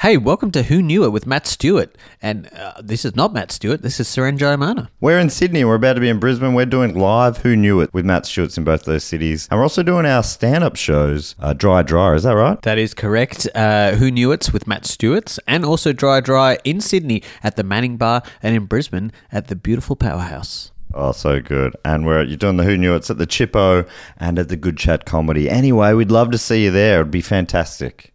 Hey, welcome to Who Knew It with Matt Stewart. And uh, this is not Matt Stewart, this is Seren Jayamana. We're in Sydney. We're about to be in Brisbane. We're doing live Who Knew It with Matt Schultz in both those cities. And we're also doing our stand up shows, uh, Dry Dry. Is that right? That is correct. Uh, Who Knew It's with Matt Stewart's and also Dry Dry in Sydney at the Manning Bar and in Brisbane at the beautiful Powerhouse. Oh, so good. And we're you're doing the Who Knew It's at the Chippo and at the Good Chat Comedy. Anyway, we'd love to see you there. It'd be fantastic.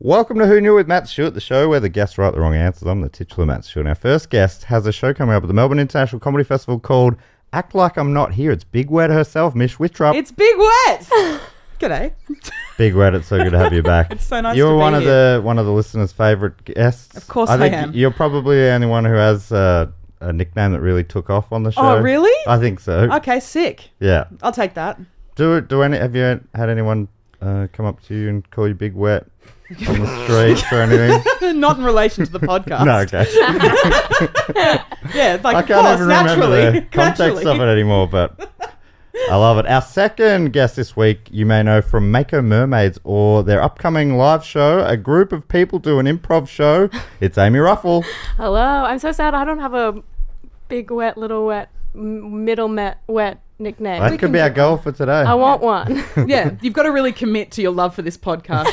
Welcome to Who Knew with Matt Stewart, the show where the guests write the wrong answers. I'm the titular Matt Stewart. And Our first guest has a show coming up at the Melbourne International Comedy Festival called Act Like I'm Not Here. It's Big Wet herself, Mish Wittrup. It's Big Wet. G'day. Big Red, it's so good to have you back. it's so nice You're to be one of here. the one of the listeners' favorite guests. Of course I think am. You're probably the only one who has uh, a nickname that really took off on the show. Oh, really? I think so. Okay, sick. Yeah. I'll take that. Do do any? Have you had anyone uh, come up to you and call you Big Wet on the street or anything? Not in relation to the podcast. No, okay. Yeah, like I of can't course, even naturally. remember the context naturally. of it anymore, but I love it. Our second guest this week, you may know from Mako Mermaids or their upcoming live show. A group of people do an improv show. It's Amy Ruffle. Hello. I'm so sad I don't have a big wet, little wet, m- middle met, wet nickname. That could be our goal for today. I want one. Yeah, you've got to really commit to your love for this podcast.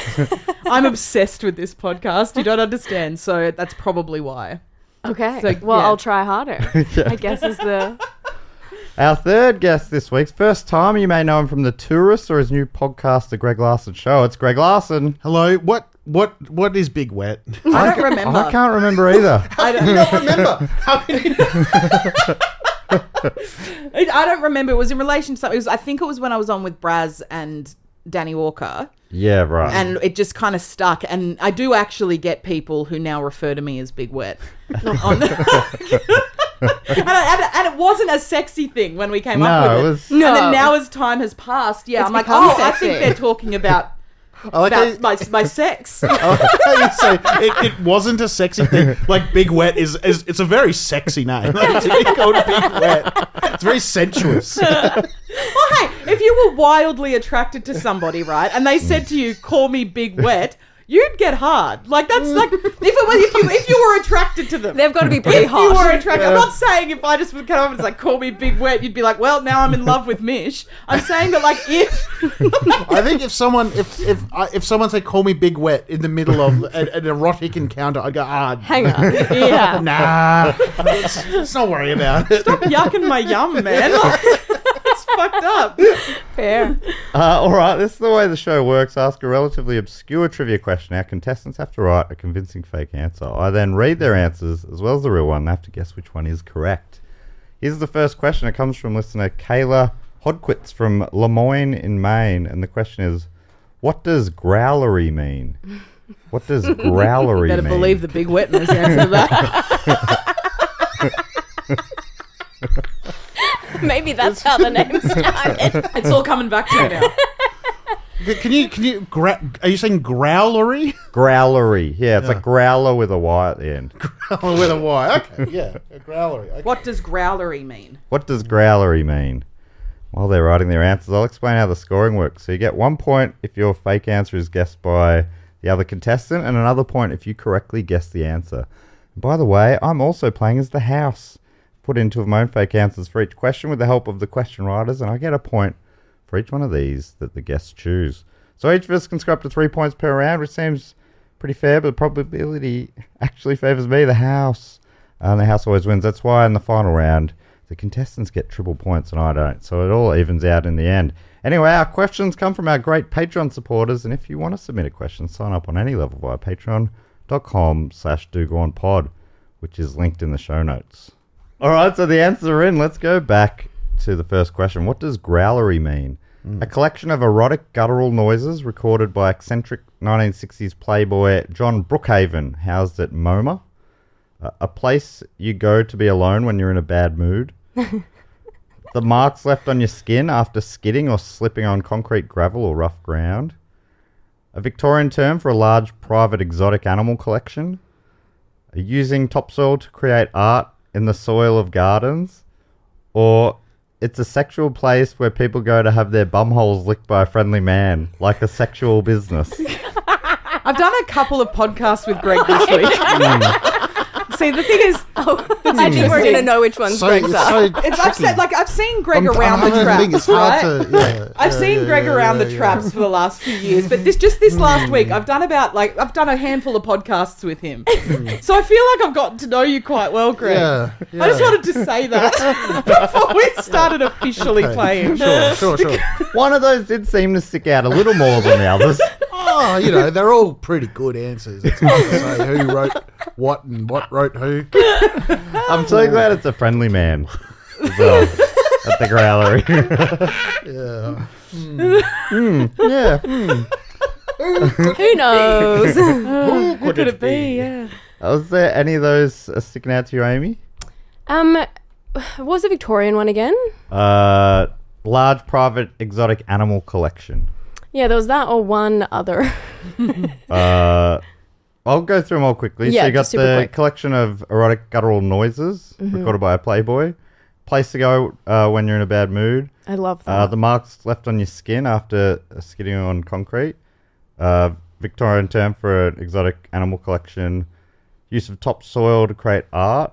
I'm obsessed with this podcast. You don't understand, so that's probably why. okay. So, well, yeah. I'll try harder. I guess is the Our third guest this week's first time, you may know him from The Tourist or his new podcast, The Greg Larson Show. It's Greg Larson. Hello. What? What? What is Big Wet? I don't remember. I can't remember either. I don't remember. I don't remember. It was in relation to something. It was, I think it was when I was on with Braz and Danny Walker. yeah, right. and it just kind of stuck. And I do actually get people who now refer to me as Big Wet. On- and, I- and- and it wasn't a sexy thing when we came up no, with it it. was. No. And then now, as time has passed, yeah, It's I'm like, become oh, I sexy." think they're talking about, I like how you, about my, my sex. I like how you say it, it wasn't a sexy thing. Like Big Wet is, is it's a very sexy name. Like, to be called Big Wet, it's very sensuous. well, hey, if you were wildly attracted to somebody, right, and Mm. they said to you, "Call me Big Wet," you'd get hard. Like that's Mm. like if it was if you if you were attracted to them. they've got to be pretty if you were hot. attracted, I'm not saying if I just would come up and it's like call me big wet, you'd be like, well, now I'm in love with Mish. I'm saying that like if I think if someone if if I, if someone said call me Big Wet in the middle of an, an erotic encounter, I'd go ah Hang on. Yeah. nah. Ah. Let's, let's not worry about it. stop yucking my yum, man. Like, it's fucked up. Fair. Uh, all right, this is the way the show works. Ask a relatively obscure trivia question. Our contestants have to write a convincing fake answer. I then read their answers as well as the real one. They have to guess which one is correct. Here's the first question. It comes from listener Kayla Hodquitz from Lemoyne in Maine. And the question is What does growlery mean? What does growlery Better mean? believe the big wetness answer to that. Maybe that's how the name started. It's all coming back to me now. Can you can you gra- are you saying growlery growlery. Yeah, it's like growler with a Y at the end. or Oh, with a Y? Okay, yeah, a growlery. Okay. What does growlery mean? What does growlery mean? While they're writing their answers, I'll explain how the scoring works. So you get one point if your fake answer is guessed by the other contestant, and another point if you correctly guess the answer. By the way, I'm also playing as the house. Put in two of my own fake answers for each question with the help of the question writers, and I get a point for each one of these that the guests choose. So each of us can scrap to three points per round, which seems pretty fair, but the probability actually favours me, the house. And the house always wins. That's why in the final round, the contestants get triple points and I don't. So it all evens out in the end. Anyway, our questions come from our great Patreon supporters, and if you want to submit a question, sign up on any level via patreon.com slash dogornpod. which is linked in the show notes. All right, so the answers are in. Let's go back to the first question. What does growlery mean? A collection of erotic guttural noises recorded by eccentric 1960s playboy John Brookhaven, housed at MoMA, a, a place you go to be alone when you're in a bad mood. the marks left on your skin after skidding or slipping on concrete, gravel, or rough ground. A Victorian term for a large private exotic animal collection using topsoil to create art in the soil of gardens, or it's a sexual place where people go to have their bumholes licked by a friendly man, like a sexual business. I've done a couple of podcasts with Greg this week. See, the thing is, I think Mm. Oh, we're gonna know which one's So, Greg's it's up. so it's, I've said, like I've seen Greg I'm- I'm around the having a traps. thing, it's hard right? to- yeah, I've yeah, seen yeah, Greg yeah, around yeah, the yeah. traps for the last few years, but this just this last week, I've done about like I've done a handful of podcasts with him, so I feel like I've gotten to know you quite well, Greg. Mm. Yeah, I just yeah. wanted to say that before we started officially playing. Sure, sure, sure. One of those did seem to stick out a little more than the others. Oh, you know, they're all pretty good answers. It's hard to say who wrote what and what wrote who. I'm Oh. so glad it's a friendly man as well at the growlery. Yeah. yeah. hmm. Who knows? What could it be? Yeah. Was there any of those uh, sticking out to you, Amy? um, what was the Victorian one again? Uh, large private exotic animal collection. Yeah, there was that or one other. Uh, I'll go through them all quickly. so Yeah, you got just super the quick. Mm-hmm. collection of erotic guttural noises recorded by a Playboy. Place to go uh, when you're in a bad mood. I love that. Uh, the marks left on your skin after uh, skidding on concrete. Uh, Victorian term for an exotic animal collection. Use of topsoil to create art.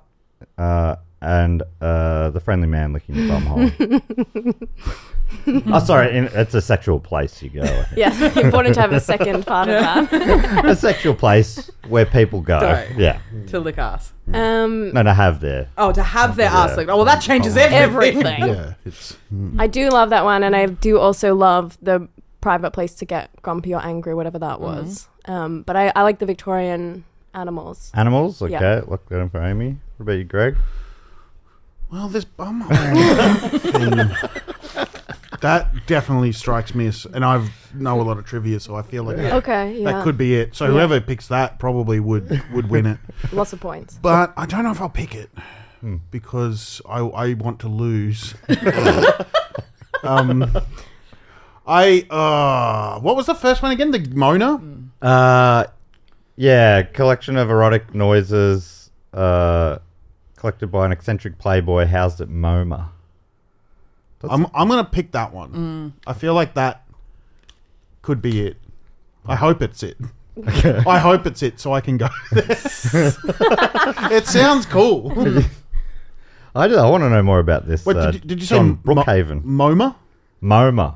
Uh, and uh, the friendly man licking your bumhole. oh, sorry. In, it's a sexual place you go. I think. yes, important to have a second part of that. a sexual place where people go. Go. Yeah. To lick ass. Um, No, to have their. Oh, to have their ass licked. Oh, well, that changes everything. everything. Yeah. It's I do love that one, and I do also love the private place to get grumpy or angry, whatever that Mm-hmm. was. Um, but I, I like the Victorian animals. Animals, okay. Yeah. Look that in for Amy. What about you, Greg? Well, this bumhole. that definitely strikes me as, and I know a lot of trivia, so I feel like that, Okay, yeah, that could be it. So whoever picks that probably would would win it. lots of points. But I don't know if I'll pick it Hmm. because I, I want to lose. um, I uh, what was the first one again? The Mona. Hmm. Uh, yeah, collection of erotic noises uh, collected by an eccentric playboy housed at MoMA. I'm I'm gonna pick that one. I feel like that could be it. I hope it's it. I hope it's it, so I can go. it sounds cool. I, just, I want to know more about this. Wait, uh, did, you- did you say John Mo- Brookhaven? MoMA? MoMA.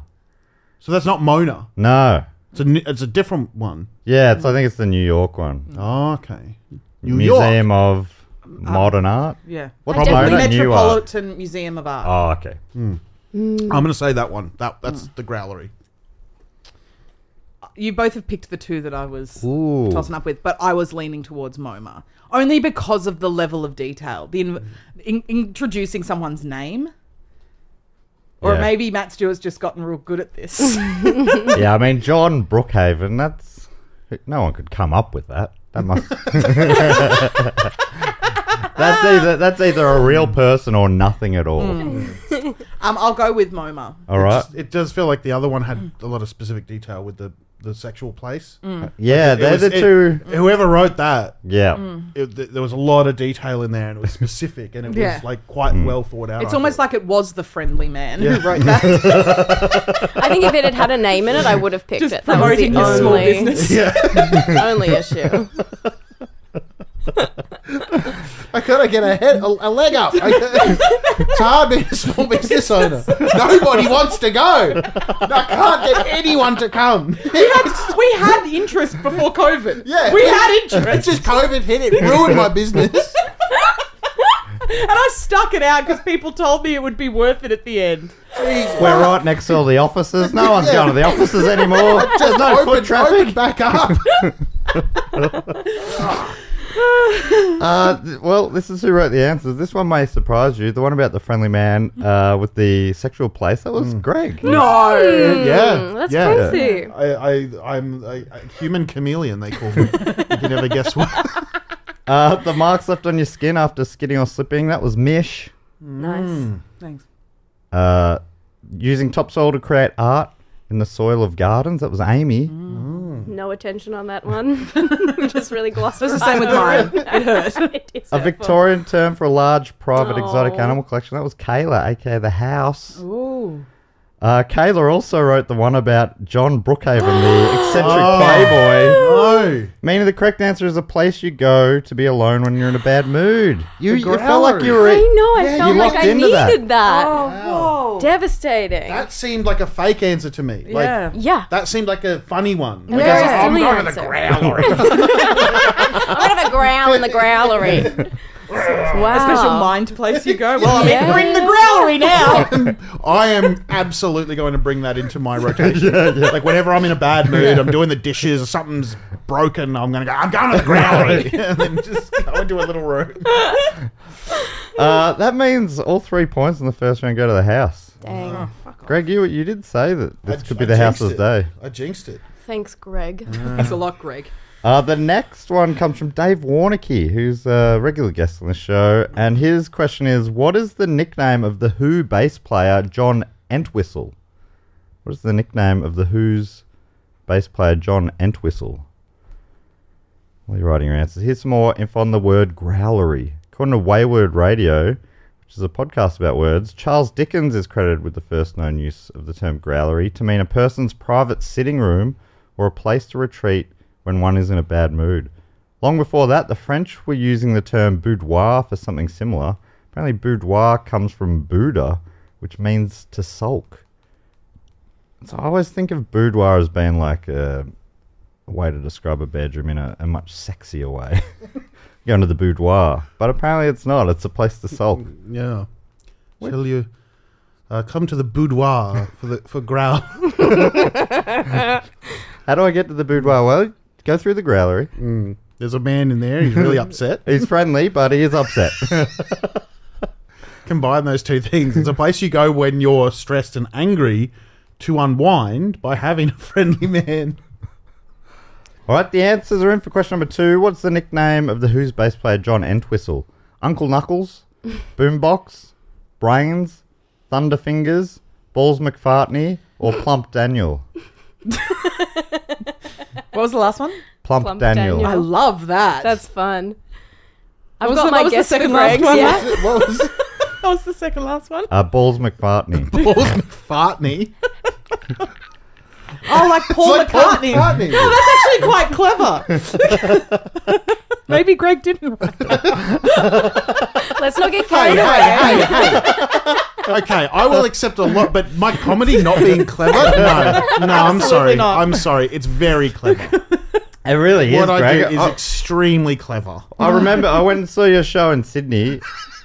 So that's not Mona. No. It's a n- it's a different one. Yeah, it's, I think it's the New York one. Oh, okay. New York. Uh, Museum of Modern Art. Yeah. What's I Mona? definitely- New Art. Metropolitan Museum of Ah. Art. Oh, okay. I'm gonna say that one. That that's the growlery. You both have picked the two that I was Ooh. tossing up with, but I was leaning towards MoMA only because of the level of detail, the in, in, introducing someone's name. Or Yeah. maybe Matt Stewart's just gotten real good at this. yeah, I mean John Brookhaven. That's no one could come up with that. That must. that's either that's either a real person or nothing at all. um, I'll go with MoMA. All right. It does feel like the other one had a lot of specific detail with the the sexual place. Mm. Yeah, It they're was- the it- two. Whoever wrote that, Yeah. it, th- there was a lot of detail in there, and it was specific, and it was Yeah. like quite well thought out. It's I almost thought. like it was the friendly man Yeah. who wrote that. I think if it had had a name in it, I would have picked Just it. That was the promoting your small only, business. only issue. I gotta get a head, a, a leg up. I- it's hard being a small business owner. Nobody wants to go. I can't get anyone to come. we had interest before COVID. Yeah. We had interest. It's just COVID hit. It ruined my business. And I stuck it out because people told me it would be worth it at the end. We're right next to all the offices. No one's going to the offices anymore. There's no open, foot traffic. open back up. Uh, th- well, this is who wrote the answers. This one may surprise you. The one about the friendly man uh, with the sexual place. That was Greg. No. Yeah. Mm, that's yeah. crazy. I, I, I'm a, a human chameleon. They call me. you can never guess what. Uh, the marks left on your skin after skidding or slipping. That was Mish. Mm. Nice. Thanks. Uh, using topsoil to create art in the soil of gardens. That was Amy. Mm. No attention on that one. Just really glossed. It was the same with mine. It hurt. It is A her Victorian term for a large private exotic Aw. animal collection. That was Kayla, aka the house. Ooh. Uh, Kayla also wrote the one about John Brookhaven, the eccentric Oh. playboy. no. Meaning the correct answer is a place you go to be alone when you're in a bad mood. You, you felt like you were. e- fault. I know. I Yeah, felt you like locked I into that. needed that. Oh, whoa. Devastating. That seemed like a fake answer to me. Like, yeah. yeah. That seemed like a funny one. Like, Very I was like, silly I'm going to answer. the growlery. I'm gonna have a growl in the growlery. wow. A special mind place you go. Well, I mean, Yeah. bring the growlery now. I am absolutely going to bring that into my rotation. Like whenever I'm in a bad mood, I'm doing the dishes or something's broken, I'm gonna go. I'm going to the growlery, and then just go into a little room. Uh, that means all three points in the first round go to the house. Dang. Greg, you you did say that this I- could be I the jinxed house's it. day. I jinxed it. Thanks, Greg. That's a lot, Greg. Uh, the next one comes from Dave Warnicky, who's a regular guest on the show, and his question is: What is the nickname of the Who bass player John Entwistle? What is the nickname of the Who's bass player John Entwistle? While you're writing your answers, here's some more info on the word growlery. According to Wayward Radio, which is a podcast about words, Charles Dickens is credited with the first known use of the term growlery to mean a person's private sitting room or a place to retreat when one is in a bad mood. Long before that, the French were using the term boudoir for something similar. Apparently, boudoir comes from Buddha, which means to sulk. So I always think of boudoir as being like a way to describe a bedroom in a, a much sexier way. Going to the boudoir. But apparently it's not. It's a place to sulk. Yeah. Tell you, uh, come to the boudoir for the for growl. How do I get to the boudoir? Well, go through the growlery. There's a man in there. He's really upset. He's friendly, but he is upset. Combine those two things. It's a place you go when you're stressed and angry to unwind by having a friendly man. All right, the answers are in for question number two. What's the nickname of the Who's bass player John Entwistle? Uncle Knuckles, Boombox, Brains, Thunderfingers, Balls McFartney, or Plump Daniel? What was the last one? Plump, Plump Daniel. Daniel. I love that. That's fun. I've was got the- my what was the guess for second last Greg's. one? Yeah. What was that was the second last one. Uh, Balls McFartney. Paul McFartney? Oh, like Paul It's like Paul McCartney. McCartney. Oh, that's actually quite clever. Maybe Greg didn't. write that. Let's not get hey, carried away. Oh, hey, hey, hey. Okay, I will accept a lot, but my comedy not being clever? No, no, I'm sorry. not. I'm sorry. It's very clever. it really is, what I Greg. do is I- extremely clever. I remember I went and saw your show in Sydney,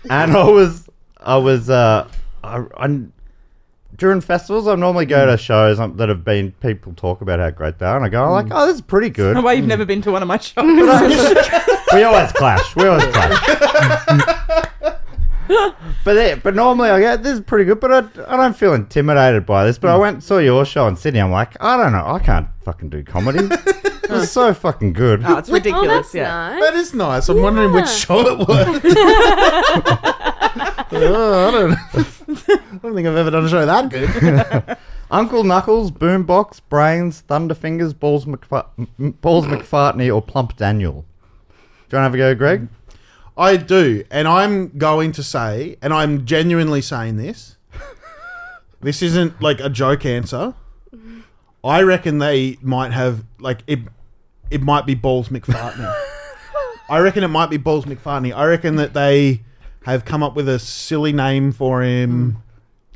and I was I was uh I, I during festivals I normally go to shows um, that have been people talk about how great they are, and I go like, oh, this is pretty good. No way you've never been to one of my shows. we always clash. We always clash. but they, but normally I go, this is pretty good. But I, I don't feel intimidated by this. But I went and saw your show in Sydney. I'm like, I don't know, I can't fucking do comedy. it's so fucking good. oh, it's Oh, ridiculous. that's yeah. nice. That is nice. I'm wondering which Yeah. show it was. Oh, I, don't, I don't think I've ever done a show that good. Uncle Knuckles, Boombox, Brains, Thunderfingers, Balls, McFa- M- Balls McFartney, or Plump Daniel. Do you want to have a go, Greg? I do, and I'm going to say, and I'm genuinely saying this. This isn't like a joke answer. I reckon they might have like it. It might be Balls McFartney. I reckon it might be Balls McFartney. I reckon that they have come up with a silly name for him. Hmm.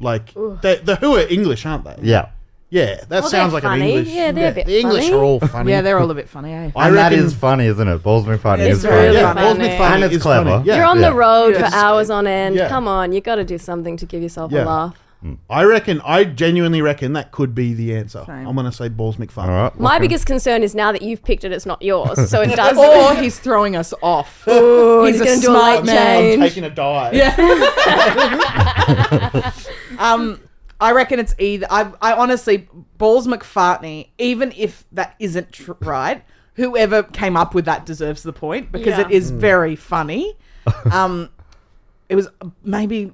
Like they, the Who are English, aren't they? Yeah. Yeah, that Well, sounds they're like an funny. English. Yeah, they're a bit the English funny. are all funny. Yeah, they're all a bit funny, eh? I and that reckon- is funny, isn't it? Balls McFartney It's is really funny. Yeah. yeah, Balls funny. McFartney And it's is clever. funny. Yeah. You're on Yeah. the road Yeah. for hours on end. Yeah. Come on, you got to do something to give yourself Yeah. a laugh. I reckon, I genuinely reckon that could be the answer. Same. I'm going to say balls McFarlane. All right. My lock in. biggest concern is now that you've picked it, it's not yours. So it does. or he's throwing us off. he's, gonna a do a light smart man. change. I'm taking a dive. Yeah. um, I reckon it's either. I, I honestly, Balls McFartney, even if that isn't tr- right, whoever came up with that deserves the point because Yeah. it is very funny. Um, it was maybe.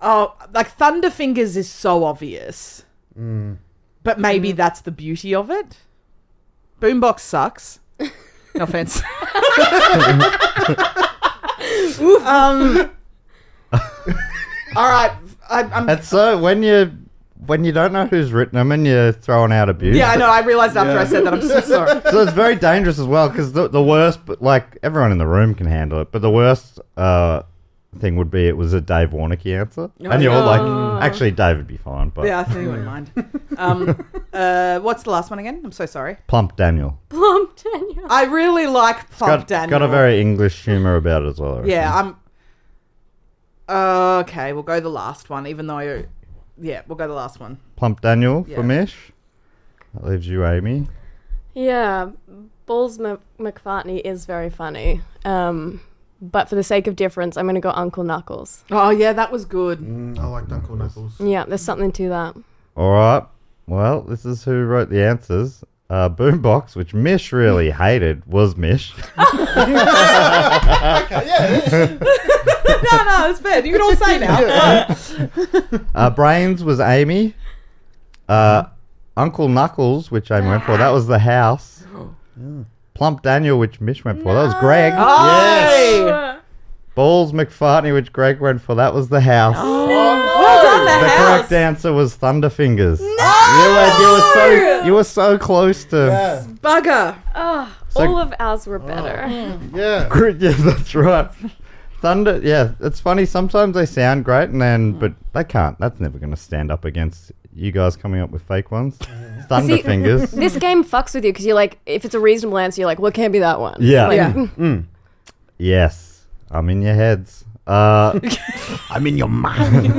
Oh, like Thunderfingers is so obvious. But maybe that's the beauty of it. Boombox sucks. No offense. um, all right. I, I'm, And so when you when you don't know who's written them and you're throwing out abuse, yeah, I know. I realized after I said that. I'm so sorry. so it's very dangerous as well because the, the worst, but like everyone in the room can handle it, but the worst uh, thing would be it was a Dave Warnicky answer, and you're like, actually, Dave would be fine, but Oh. Yeah, I think you wouldn't mind. Um, uh, what's the last one again? I'm so sorry. plump Daniel. Plum tenure. I really like Plump Got, Daniel. got a very English humor about it as well. I reckon. yeah. I'm. Uh, okay, we'll go the last one, even though. I- yeah, we'll go the last one. plump Daniel Yeah. for Mish. That leaves you, Amy. Yeah, Balls M- McFartney is very funny. Um, but for the sake of difference, I'm going to go Uncle Knuckles. Oh yeah, that was good. Mm, I like Uncle Knuckles. Yeah, there's something to that. All right. Well, this is who wrote the answers. Uh, Boombox, which Mish really hated, was Mish. no, no, it's fair. You can all say now. Uh, Brains was Amy. Uh, Uncle Knuckles, which Amy went for, that was the house. Plump Daniel, which Mish went for, that was Greg. Oh. yes. Balls McFartney, which Greg went for, that was the house. Well done, the, the house. correct answer was Thunderfingers. You, were, you were so you were so close to. Bugger. Oh, all of ours were better. Yeah. Gr- yeah, that's right. Thunder, yeah, it's funny. Sometimes they sound great, and then Hmm. but they can't. That's never going to stand up against you guys coming up with fake ones. Thunder See- fingers. This game fucks with you because you're like, if it's a reasonable answer, you're like, well, it can't be that one. Yeah. Like, Yeah. Yes, I'm in your heads. Uh, I'm in your mind.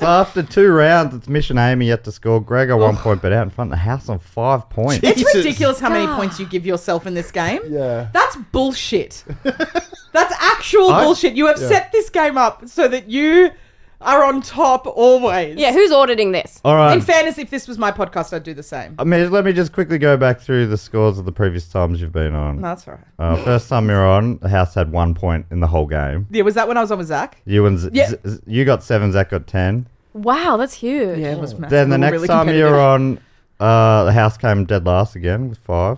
so after two rounds, it's Mission Amy yet to score. Greg on Oh. one point, but out in front of the house on five points. It's Jesus. ridiculous how many points you give yourself in this game. yeah. That's bullshit. That's actual I- bullshit. You have set this game up so that you are on top always. Yeah, who's auditing this? All right. In fairness, if this was my podcast, I'd do the same. I mean, let me just quickly go back through the scores of the previous times you've been on. No, that's all right. Uh, first time you're on, the house had one point in the whole game. Yeah, was that when I was on with Zach? You and Z- Yeah. Z- Z- you got seven, Zach got ten. Wow, that's huge. it was massive. Then the We were next really time competitive. you're on, uh, the house came dead last again with five.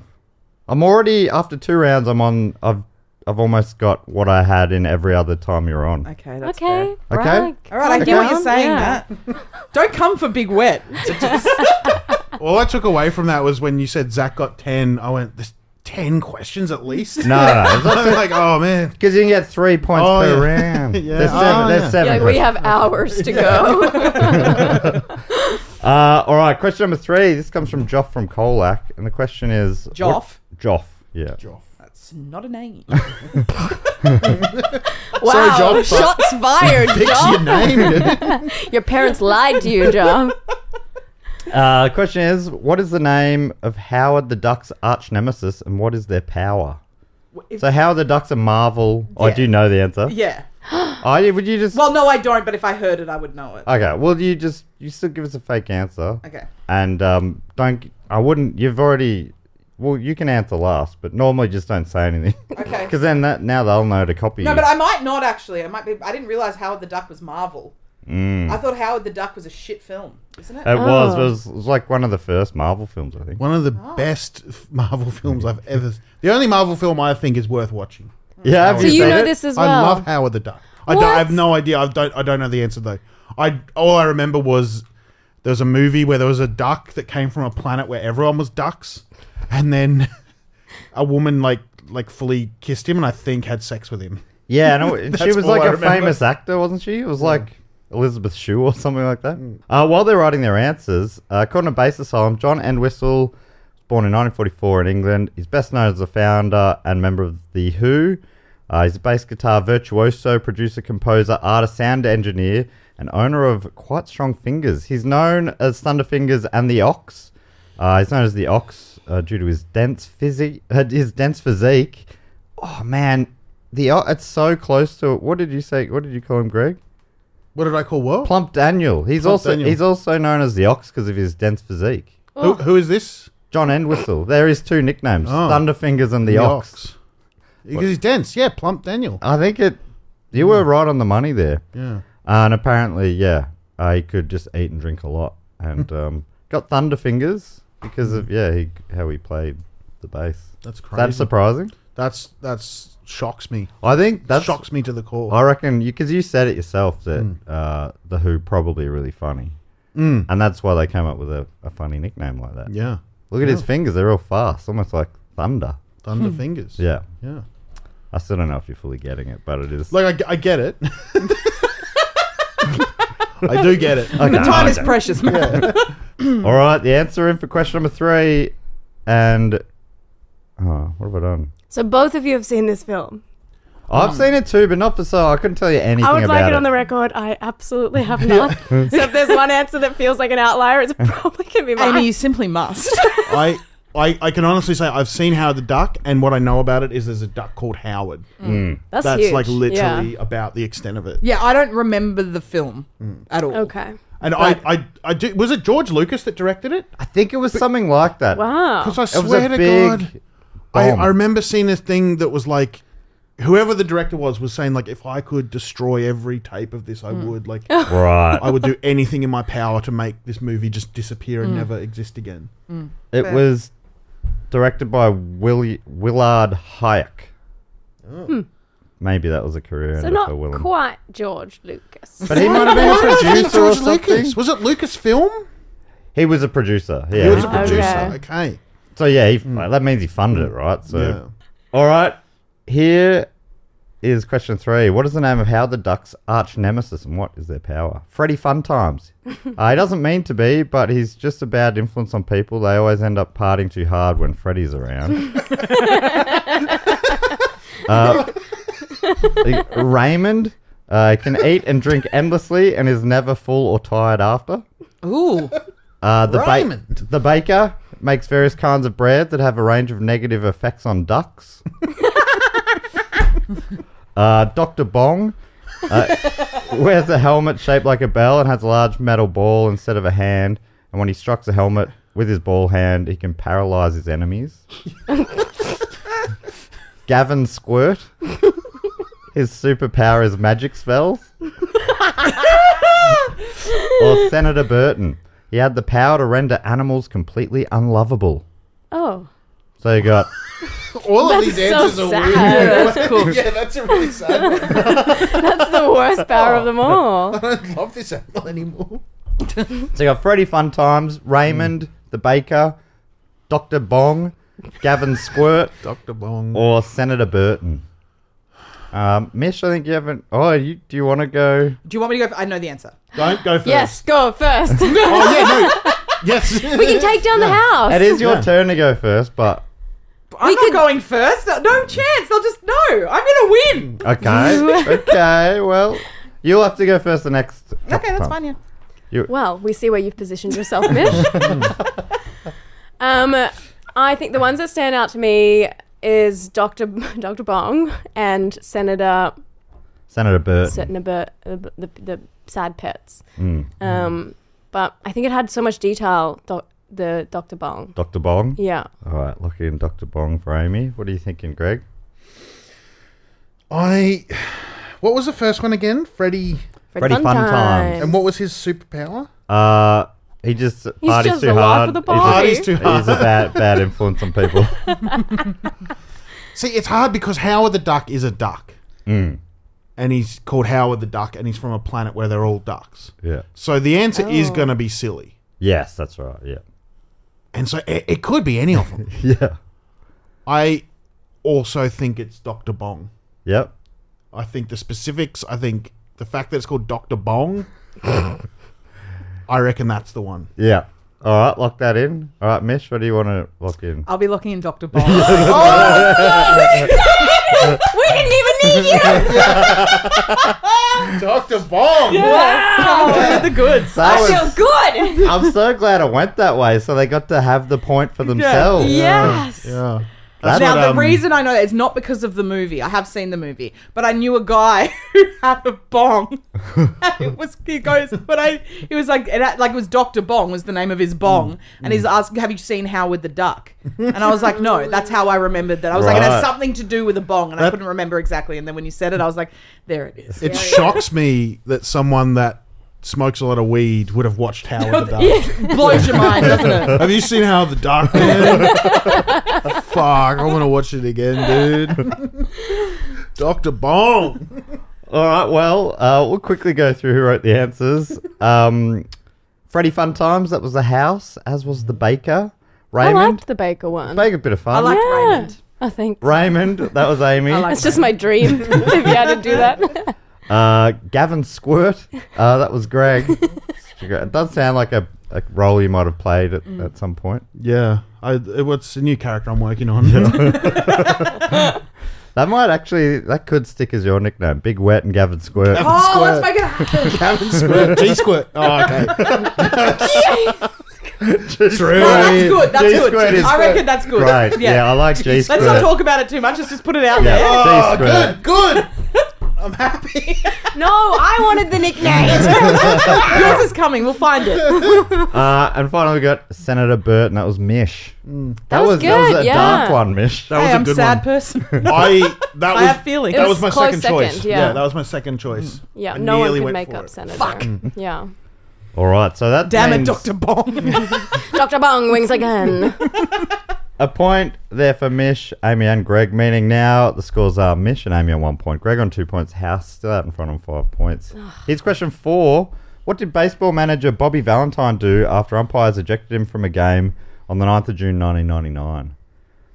I'm already after two rounds. I'm on. I've I've almost got what I had in every other time you're on. Okay, that's Okay. fair. brag. Okay. All right, I Calm hear what you're down. saying, Yeah. Matt. Don't come for Big Wet. All I took away from that was when you said Zach got 10, I went, there's 10 questions at least. No, no, no, I'm like, oh man. because you can get three points Oh, per yeah. round. Yeah. There's seven. Oh, there's yeah. seven Like, we questions. have hours to go. Uh, all right, question number three. This comes from Joff from Colac, and the question is what- Joff? Joff, yeah. That's not a name. wow. John, so- Shots fired, John. name. Your parents lied to you, John. Uh, the question is, what is the name of Howard the Duck's arch nemesis, and what is their power? If- So Howard the Duck's a Marvel. I Yeah. do know the answer. yeah. I would you just Well, no, I don't. But if I heard it, I would know it. okay? Well, you just you still give us a fake answer. Okay. And um, don't I wouldn't. You've already. Well, you can answer last, but normally just don't say anything. Okay. Because then that now they'll know to copy. No, you. but I might not actually. I might be. I didn't realize Howard the Duck was Marvel. Mm. Uh, I thought Howard the Duck was a shit film, isn't it? It was, Oh. it was. It was like one of the first Marvel films, I think. One of the Oh. best f- Marvel films I've ever. The only Marvel film I think is worth watching. Yeah, have So So you, you seen know it? this as I well. love Howard the Duck. I, don't, What? I have no idea. I don't. I don't know the answer though. I all I remember was there was a movie where there was a duck that came from a planet where everyone was ducks, and then a woman like like fully kissed him and I think had sex with him. Yeah, and it- she That's was all like I a remember. famous actor, wasn't she? It was like Elizabeth Shue or something like that. Mm. Uh, while they're writing their answers, uh, according to Base Asylum, John Entwistle, born in 1944 in England, he's best known as the founder and member of The Who. Uh, he's a bass guitar virtuoso, producer, composer, artist, sound engineer, and owner of quite strong fingers. He's known as Thunderfingers and the Ox. Uh, he's known as the Ox uh, due to his dense physique. Uh, his dense physique. Oh man, the O it's so close to. What did you say? What did you call him, Greg? What did I call Will? Plump Daniel. He's Plump also Daniel. he's also known as the Ox because of his dense physique. Who, who is this? John Entwistle. There is two nicknames: Oh. Thunderfingers and the, Ox. Because he's dense. Yeah, plump Daniel. I think it. You were right on the money there. Hmm. Yeah. Uh, and apparently, yeah, I could just eat and drink a lot, and um, got thunder fingers because of yeah he, how he played the bass. Hmm. That's Is crazy. that surprising? That's that's shocks me. I think That that's. shocks me to the core. I reckon you because you said it yourself that Hmm. uh, the Who probably are really funny, Mm. and that's why they came up with a, a funny nickname like that. Yeah. Look at his fingers; they're all fast, almost like thunder. Hmm. Thunder fingers. Yeah, Yeah. I still don't know if you're fully getting it, but it is. Like I g- I, get it. I do get it. Okay. Oh, The time is Okay. precious, man. uh, All right, the answer in for question number three, and oh, what have I done? So both of you have seen this film. I've seen it too, but not for so. I couldn't tell you anything I would about like it. it on the record. I absolutely have not. so if there's one answer that feels like an outlier, it's probably gonna be mine. Amy, you simply must. I, I I can honestly say I've seen Howard the Duck, and what I know about it is there's a duck called Howard. Mm. that's That's huge. like Yeah. literally about the extent of it. yeah, I don't remember the film Mm. at all. Okay. And But- I, I, I do, was it George Lucas that directed it? I think it was something like that. Wow. Because I Oh, It was a swear to big God, I, bomb. I remember seeing this thing that was like, whoever the director was was saying like, if I could destroy every tape of this, I Mm. would like, I right. would do anything in my power to make this movie just disappear Mm. and never exist again. it was directed by Willi- Willard Hayek. Maybe that was a career Hmm. So ender not for Willem. quite George Lucas. But he might have been Why did I a think producer or George something. Lucas? Was it Lucasfilm? He was a producer. Yeah. He was a Okay. producer. Okay. So yeah, he, that means he funded it, right? So Yeah. All right. Here is question three. What is the name of Howard the Duck's arch nemesis and what is their power? Freddy Funtimes. uh, he doesn't mean to be, but he's just a bad influence on people. They always end up partying too hard when Freddy's around. Uh, Raymond uh, can eat and drink endlessly and is never full or tired after. Ooh. Uh, the, ba- Raymond. the baker makes various kinds of bread that have a range of negative effects on ducks. uh, Dr. Bong uh, wears a helmet shaped like a bell and has a large metal ball instead of a hand. And when he strikes a helmet with his ball hand, he can paralyze his enemies. Gavin Squirt. His superpower is magic spells or Senator Burton. He had the power to render animals completely unlovable. oh, So you got All of these so answers are weird. sad. that's cool. yeah, that's a really sad one. That's the worst power of them all. I don't love this animal anymore. so you got Freddy Fun Times, Raymond the Baker, Doctor Bong, Gavin Squirt, Dr. Bong. or Senator Burton. Um, Mish, I think you haven't. Oh, you, do you want to go? Do you want me to go? I know the answer. Don't go first. Yes, go first. we Oh, yeah, no. Yes. can take down the house. It is your Yeah. turn to go first, but I'm not going first. No, no chance. They'll just no. I'm gonna win. okay, okay. Well, you'll have to go first the next. Okay, that's fine. Yeah. Well, we see where you've positioned yourself, Mish. um, I think the ones that stand out to me is Dr. Dr. Bong and Senator Senator Burton. Senator Bur- uh, the, the sad pets. Um, but I think it had so much detail. Doc, the Dr. Bong. Doctor Bong. Yeah. All right, lock in Doctor Bong for Amy. What are you thinking, Greg? I. What was the first one again? Freddy. For Freddy Fun Times. And what was his superpower? Uh, he just parties just too the laugh hard. of the he's, party. Parties too a, he's a hard. bad, bad influence on people. See, it's hard because Howard the Duck is a duck. And he's called Howard the Duck, and he's from a planet where they're all ducks. yeah. So the answer is going to be silly. Yes, that's right. Yeah. And so it, it could be any of them. Yeah. I also think it's Dr. Bong. Yep. I think the specifics, I think the fact that it's called Dr. Bong, I reckon that's the one. Yeah. All right, lock that in. Uh, All right, Mish, what do you want to lock in? I'll be locking in Doctor Bong. oh, we didn't even need you. Dr. Bomb. Wow. the goods. That was- I feel good. I'm so glad it went that way. So they got to have the point for themselves. Yes. Yeah. That's now, what, the um, reason I know that is not because of the movie. I have seen the movie, but I knew a guy who had a bong. and it was he goes, but I he was like it, had- like it was Doctor Bong was the name of his bong, and he's asked, "Have you seen Howard the Duck?" And I was like, "No." That's how I remembered that. I was like, "It Right. has something to do with a bong," and I That- couldn't remember exactly. And then when you said it, I was like, "There it is." It shocks me that someone that smokes a lot of weed would have watched Howard the Duck. Blows your mind, doesn't it? Have you seen Howard the Duck? Man? Fuck, I want to watch it again, dude. Dr. Bong. All right. Well, uh, we'll quickly go through who wrote the answers. Um, Freddy Fun Times. That was the house, as was the baker. I Raymond. liked the Baker one. Make a bit of fun. I like Raymond. I think Raymond. That was Amy. I like that's just my dream. if you had to do that, Uh, Gavin Squirt. Uh, that was Greg. it does sound like a, a role you might have played at, Mm. at some point. Yeah. I, it, it's a new character I'm working on. That might actually, that could stick as your nickname. Big Wet and Gavin Squirt. Oh, let's Squirt. make it happen. Gavin Squirt. G Squirt. Oh, okay. True. No, that's good. That's G squared good. is I reckon good. that's good. Right. Yeah. I like G Squirt. Let's not talk about it too much. Let's just put it out Yeah. there. Oh, G Squirt. good, good. I'm happy. no, I wanted the nickname. Yours is coming. We'll find it. Uh, and finally, we got Senator Burt, and that was Mish. Mm. That was That was good, a yeah. dark one, Mish. That Hey, was a I'm good sad one. person. I that was I have feelings. that It was was my close second, second, choice. yeah. that was my second choice. yeah, I no one nearly could went make for up it. Senator. Fuck. Yeah, All right, so that Damn it, means Doctor Bong. Doctor Bong wings again. a point there for Mish, Amy, and Greg. Meaning now the scores are Mish and Amy on one point, Greg on two points, House still out in front on five points. Here's question four: What did baseball manager Bobby Valentine do after umpires ejected him from a game on the 9th of June, nineteen ninety nine?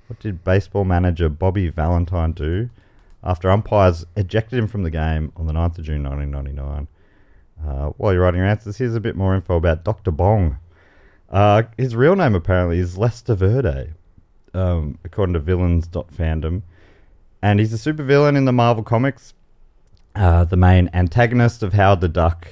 What did baseball manager Bobby Valentine do after umpires ejected him from the game on the 9th of June 1999? Uh, while you're writing your answers, here's a bit more info about Dr. Bong. Uh, his real name apparently is Lester Verde, um, according to villains.fandom. And he's a supervillain in the Marvel Comics, uh, the main antagonist of Howard the Duck.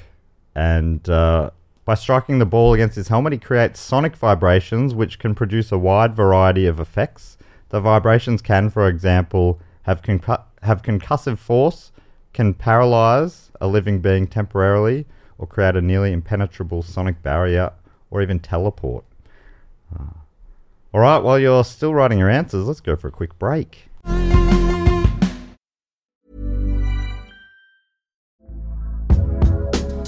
And uh, by striking the ball against his helmet, he creates sonic vibrations, which can produce a wide variety of effects. The vibrations can, for example, have, concu- have concussive force, can paralyze a living being temporarily, or create a nearly impenetrable sonic barrier, or even teleport. Uh, all right, while you're still writing your answers, let's go for a quick break.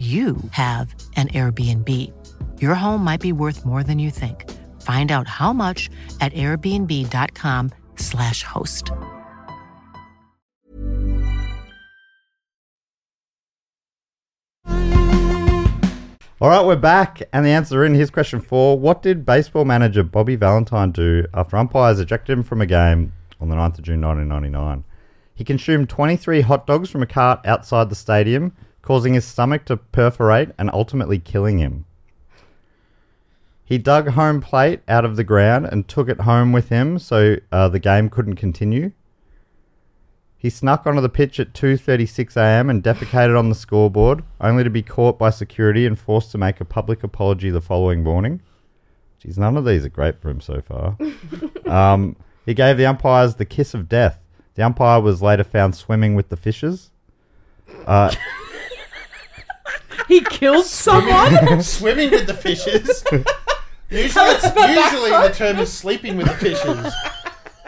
you have an Airbnb. Your home might be worth more than you think. Find out how much at airbnb.com/slash host. All right, we're back, and the answer in here's question four. What did baseball manager Bobby Valentine do after umpires ejected him from a game on the 9th of June 1999? He consumed 23 hot dogs from a cart outside the stadium, causing his stomach to perforate and ultimately killing him. He dug home plate out of the ground and took it home with him so uh, the game couldn't continue. He snuck onto the pitch at 2:36 a.m. and defecated on the scoreboard, only to be caught by security and forced to make a public apology the following morning. Geez, none of these are great for him so far. um, he gave the umpires the kiss of death. The umpire was later found swimming with the fishes. Uh, he killed someone. Swimming with the fishes. Usually, it's, usually the term is sleeping with the fishes.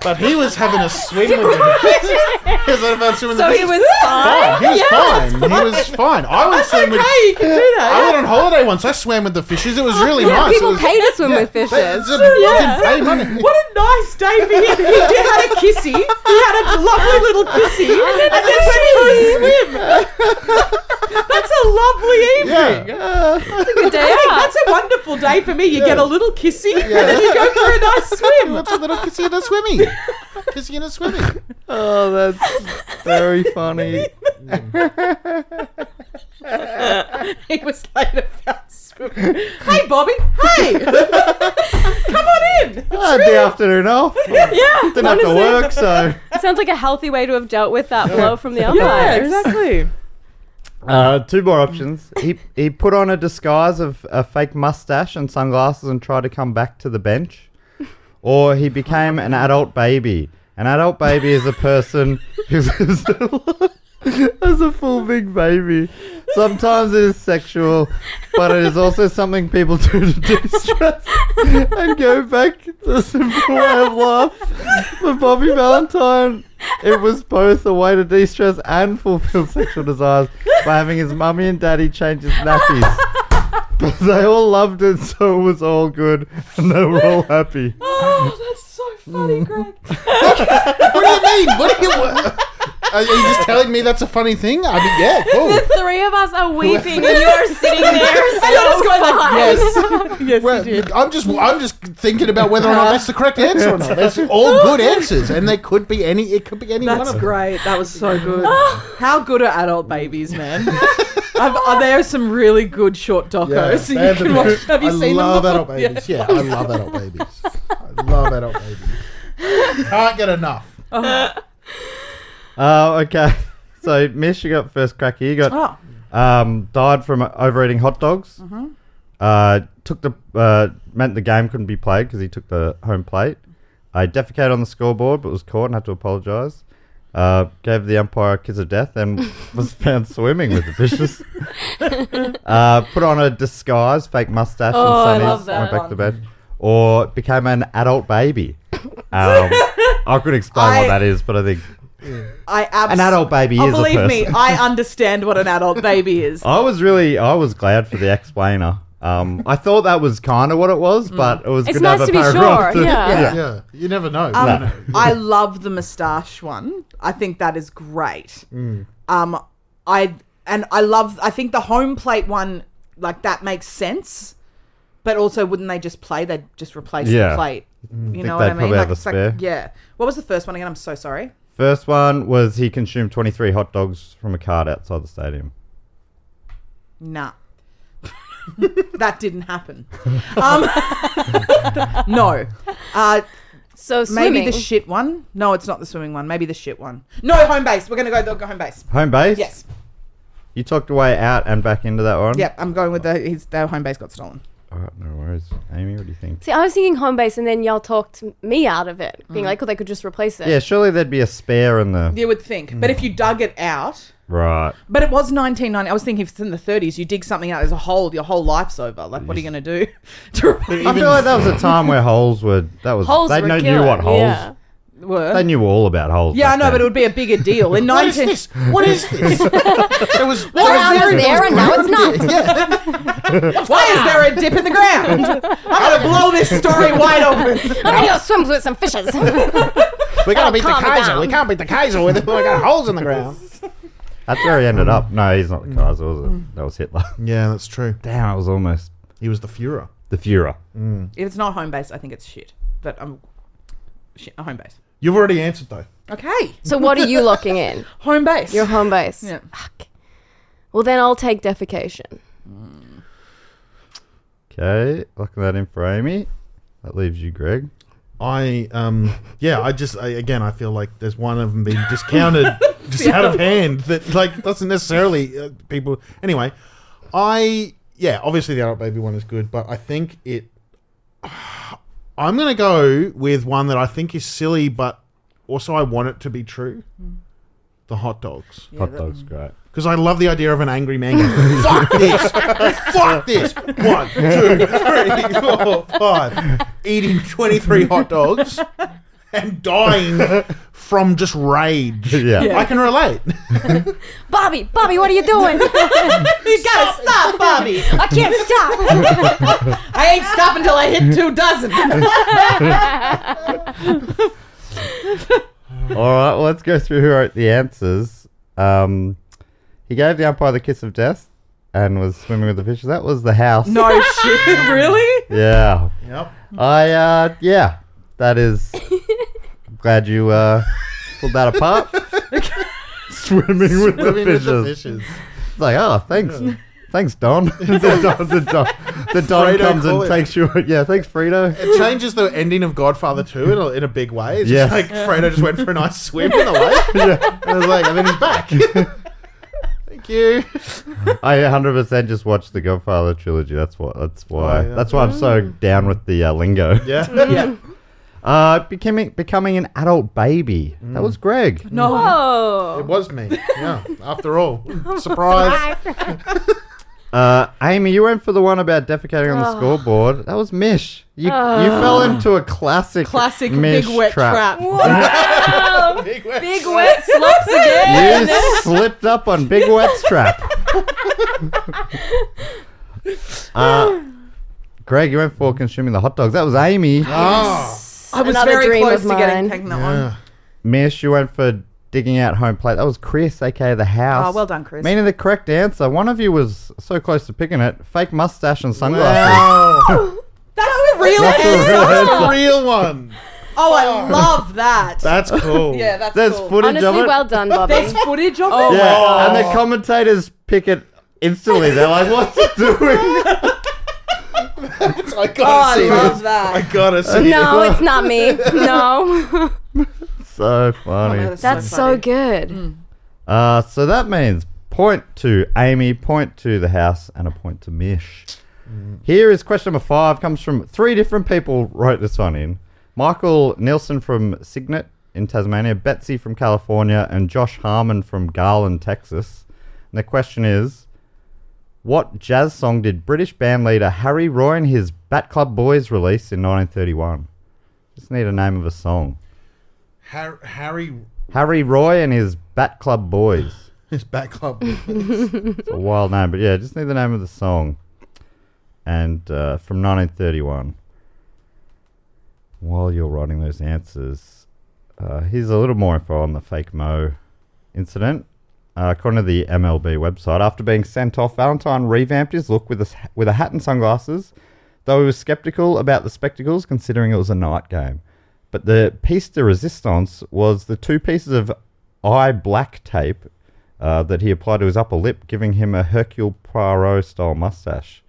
But he was having a swim with it. he was having a swim with So it. he was fine. He was fine. He was fine. I went That's swim okay. with. You can do I that. went on holiday once. I swam with the fishes. It was really yeah, nice. people it was, pay to swim with fishes. It's a, Yeah. you pay money. What a nice day for him. He did, had a kissy. He had a lovely little kissy, and then went for a swim. That's a lovely evening. Yeah. Day Hey, out. that's a wonderful day for me. You get a little kissy, and then you go for a nice swim. That's a little kissy and a swimmy. Kissy and a swimmy. Oh, that's very funny. He was late about swimming. Hey, Bobby. Hey, come on in. I had the afternoon off. Didn't Yeah, have to work, so. Sounds like a healthy way to have dealt with that blow from the Yeah, umpires. exactly. Uh, two more options. He he put on a disguise of a fake mustache and sunglasses and tried to come back to the bench, or he became an adult baby. An adult baby is a person who lives as a full big baby. Sometimes it is sexual, but it is also something people do to de-stress and go back to the simple way of life. For Bobby Valentine, it was both a way to de-stress and fulfill sexual desires by having his mummy and daddy change his nappies. But they all loved it, so it was all good, and they were all happy. Oh, that's so funny, Greg. What do you mean? What do you? What? Are you just telling me that's a funny thing? I mean, yeah, cool. The three of us are weeping and you are sitting there so fine. yes, Well, he did. I'm just, I'm just thinking about whether or not that's the correct answer or not. That's all good answers, and they could be any. It could be any one That's of them. great. That was so good. How good are adult babies, man? I've, uh, there are some really good short docos. Yeah, so they're you the can watch. best. Have you I seen love them? adult before? Yeah. babies. Yeah. I love adult babies. I love adult babies. Can't get enough. Oh, okay. So, Mish, you got first crack here. You got Oh, um, died from overeating hot dogs. Uh, took the uh, meant the game couldn't be played because he took the home plate. I defecated on the scoreboard, but was caught and had to apologise. Uh, gave the umpire a kiss of death and was found swimming with the fishes. uh, put on a disguise, fake mustache, Oh, I and love sunnies, that went back one. to bed, or became an adult baby. Um, I could explain I- what that is, but I think I abs- an adult baby Oh, is a believe person. me, I understand what an adult baby is. I was really, I was glad for the explainer. Um, I thought that was kind of what it was, but it was Mm. It's good nice to have to a be paragraph. sure, to- yeah. Yeah, you never know. Uh, Um, No. I love the moustache one. I think that is great. Mm. Um, I and I love. I think the home plate one, like that, makes sense. But also, wouldn't they just play? They'd just replace the Yeah. Mm. plate. You think know what they'd I mean? probably Like, have a it's like- spare. yeah. What was the first one again? I'm so sorry. First one was he consumed 23 hot dogs from a cart outside the stadium. Nah. that didn't happen. Um, no. Uh, So maybe swimming. the shit one. No, it's not the swimming one. Maybe the shit one. No, home base. We're going to go, go home base. Home base? Yes. You talked away out and back into that one? Yep, I'm going with the his their home base got stolen. All right, no worries. Amy, what do you think? See, I was thinking home base, and then y'all talked me out of it, being like, "Oh, they could just replace it." Yeah, surely there'd be a spare in the. You would think, but if you dug it out, Right. Mm. but it was 1990. I was thinking if it's in the 30s, you dig something out, there's a hole, your whole life's over. Like, what are you going to do? to I feel like that was a time where holes were. That was. Holes they were kno- killer, knew what holes. Yeah. were? They knew all about holes. yeah, I back know, but then. it would be a bigger deal in What is 19. this? What is this? there was One hour there, and now it's not. Why is there a dip in the ground? I'm going to blow this story wide open. I'm gonna go swim with some fishes. We gotta beat the Oh, calm it Kaiser. down. We can't beat the Kaiser with it. We got holes in the ground. That's where he ended up. No, he's Mm. not the Kaiser, was it? That was Hitler. Yeah, that's true. Damn, it was almost He was the Fuhrer. the Fuhrer. If it's not home base, I think it's shit. But I'm shit, home base. You've already answered though. Okay, so, what are you locking in? home base. Your home base. Yeah. Fuck. Well, then I'll take defecation. Okay, locking that in for Amy. That leaves you, Greg. I um yeah, I just I, again I feel like there's one of them being discounted just out of hand that like doesn't necessarily uh, people anyway. I yeah, obviously the adult baby one is good, but I think it. I'm gonna go with one that I think is silly, but also I want it to be true. Hmm. The hot dogs. Hot dog's great. Because I love the idea of an angry man. going, Fuck this! Fuck this! One, two, three, four, five. Eating 23 hot dogs and dying from just rage. Yeah. I can relate. Bobby, Bobby, what are you doing? You gotta stop, Bobby. I can't stop. I ain't stopping until I hit two dozen. All right, well, let's go through who wrote the answers. Um, he gave the umpire the kiss of death and was swimming with the fishes. That was the house. no shit, really? Yeah. Yep. I, uh, yeah. That is. I'm glad you, uh, pulled that apart. swimming with the fishes. It's like, oh, thanks. Thanks, Don. the Don, the Don, the Don Fredo comes and Collins. takes you. Yeah, thanks, Frito. It changes the ending of Godfather 2 in a, in a big way. It's Yeah. just like Fredo just went for a nice swim in the lake. Yeah. And, it was like, and then he's back. Thank you. I 100% just watched the Godfather trilogy. That's what. That's why. Oh, yeah. That's why I'm so down with the uh, lingo. Yeah. Yeah. Uh, becoming becoming an adult baby. Mm. That was Greg. No. It Oh. was me. Yeah. After all. Surprise. Uh, Amy, you went for the one about defecating Ah. on the scoreboard. That was Mish. You you fell into a classic Classic Mish big wet trap. Wow. Big wet. Big wet slops again. You slipped up on Big Wet's trap. uh, Greg, you went for consuming the hot dogs. That was Amy. Oh. I was Another very dream close of to getting mine. taken that one. Yeah. Mish, you went for digging out home plate. That was Chris, aka the house. Oh, well done, Chris. Meaning the correct answer. One of you was so close to picking it. Fake mustache and sunglasses. Wow. That's the real That's the answer. real That's answer. the real one. Oh, I love that. That's cool. yeah, that's There's cool. footage of Honestly, it. well done, Bobby. There's footage of it. yeah, Oh. and the commentators pick it instantly. They're like, "What's it doing?" I Oh, gotta I see love this. that. I gotta see this. No, it's not me. No. so Oh, funny. man, That's so Mm. funny. good. uh, so that means point to Amy, point to the house, and a point to Mish. Here is question number five. Comes from three different people. Wrote this one in. Michael Nielsen from Signet in Tasmania, Betsy from California, and Josh Harmon from Garland, Texas. And the question is. What jazz song did British band leader Harry Roy and his Bat Club Boys release in 1931? Just need a name of a song. Har- Harry, Harry Roy and his Bat Club Boys. his back club. It's a wild name, but yeah, just need the name of the song. And uh, from 1931. While you're writing those answers, uh, here's a little more info on the fake Mo incident. Uh, according to the MLB website, after being sent off, Valentine revamped his look with a, s- with a hat and sunglasses, though he was skeptical about the spectacles considering it was a night game. But the piece de resistance was the two pieces of eye black tape uh, that he applied to his upper lip, giving him a Hercule Poirot style mustache.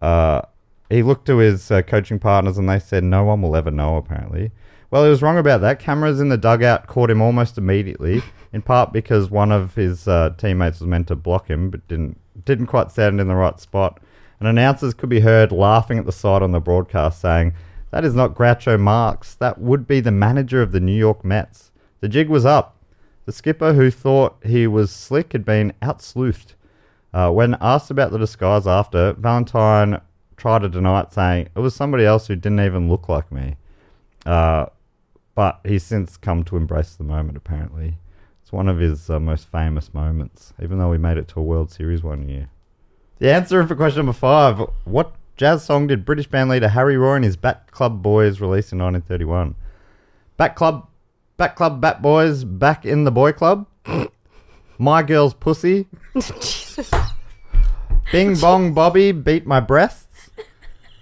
Uh, he looked to his uh, coaching partners and they said, No one will ever know, apparently. Well, he was wrong about that. Cameras in the dugout caught him almost immediately, in part because one of his uh, teammates was meant to block him, but didn't, didn't quite stand in the right spot. And announcers could be heard laughing at the sight on the broadcast, saying, That is not Groucho Marx. That would be the manager of the New York Mets. The jig was up. The skipper, who thought he was slick, had been outsloothed. Uh, when asked about the disguise after, Valentine tried to deny it, saying it was somebody else who didn't even look like me. Uh, but he's since come to embrace the moment, apparently. It's one of his uh, most famous moments, even though he made it to a World Series one year. The answer for question number five What jazz song did British band leader Harry Roy and his Bat Club Boys release in 1931? Bat Club, Bat Club, Bat Boys, Back in the Boy Club. My Girl's Pussy. Jesus. Bing Bong Bobby beat my breasts.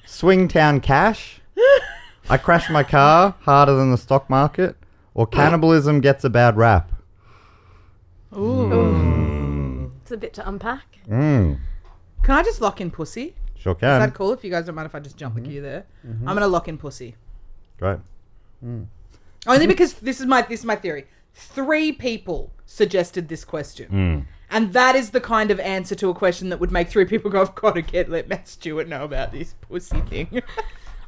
Swingtown Cash. I crash my car harder than the stock market. Or cannibalism gets a bad rap. It's a bit to unpack. Mm, Can I just lock in pussy? sure Is can. that cool? If you guys don't mind if I just jump the queue there, I'm gonna lock in pussy. Great. Only because this is my this is my theory. Three people suggested this question. And that is the kind of answer to a question that would make three people go, I've got to get let Matt Stewart know about this pussy thing.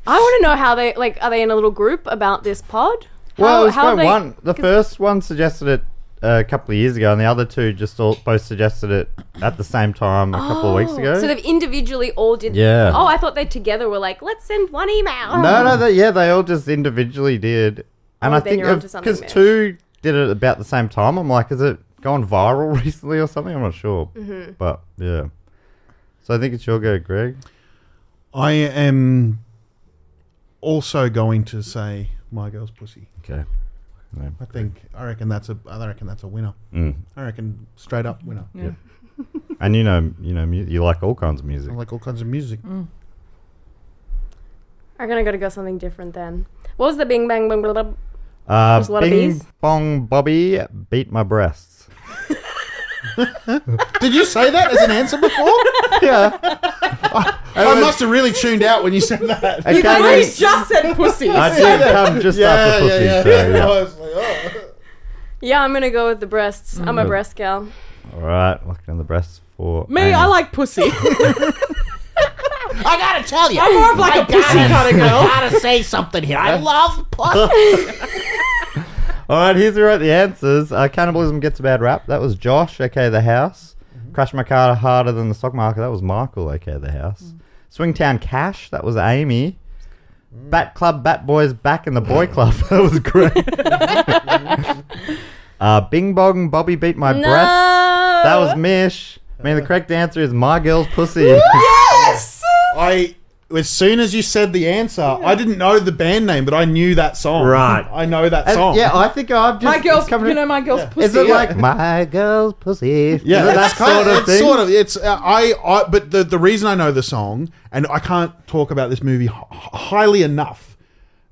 I want to know how they like. Are they in a little group about this pod? Well, how, it's how quite they- one. The 'cause- first one suggested it uh, a couple of years ago, and the other two just all both suggested it at the same time a couple of weeks Oh, ago. So they've individually all did. Yeah. Oh, I thought they together were like, let's send one email. no, no, they, yeah, they all just individually did, And Oh, I then think you're onto something, because Mitch. two did it about the same time. I'm like, has it gone viral recently or something? I'm not sure. Mm-hmm. But yeah. So I think it's your go, Greg. I am also going to say my girl's pussy. Okay. I think I reckon that's a I reckon that's a winner. Mm. I reckon straight up winner. And you know, you know, mu- you like all kinds of music. I like all kinds of music. I'm gonna gotta go something different then. What was the Bing Bang Boom? Blah, blah, Uh, There's a lot of Bing bees. Bong Bobby beat my breasts. Did you say that as an answer before? yeah. I must have really tuned out when you said that. I You kinda- guys just said pussy. I did come just after pussy. so, yeah. I was like, oh. yeah, I'm gonna go with the breasts. I'm a Mm. breast gal. All right, looking on the breasts for Me, Annie. I like pussy. I gotta tell you, I'm more of like a pussy kind of girl. I gotta say something here. I love pussy. All right, here's who wrote the answers. Uh, cannibalism gets a bad rap. That was Josh, okay, the house. Mm-hmm. Crash my car harder than the stock market. That was Michael, okay, the house. Mm. Swingtown Cash. That was Amy. Mm. Bat Club, Bat Boys, back in the boy club. That was great. uh, Bing Bong, Bobby beat my No. breasts. That was Mish. I mean, the correct answer is my girl's pussy. I as soon as you said the answer, I didn't know the band name, but I knew that song. Right. I know that And, song. yeah, I think I've just My girl's, it's coming you to- know, my girl's pussy. Is it like my girl's pussy? Yeah, Is it that that's kind sort of it's thing. Sort of. It's uh, I, I. But the the reason I know the song, and I can't talk about this movie h- highly enough.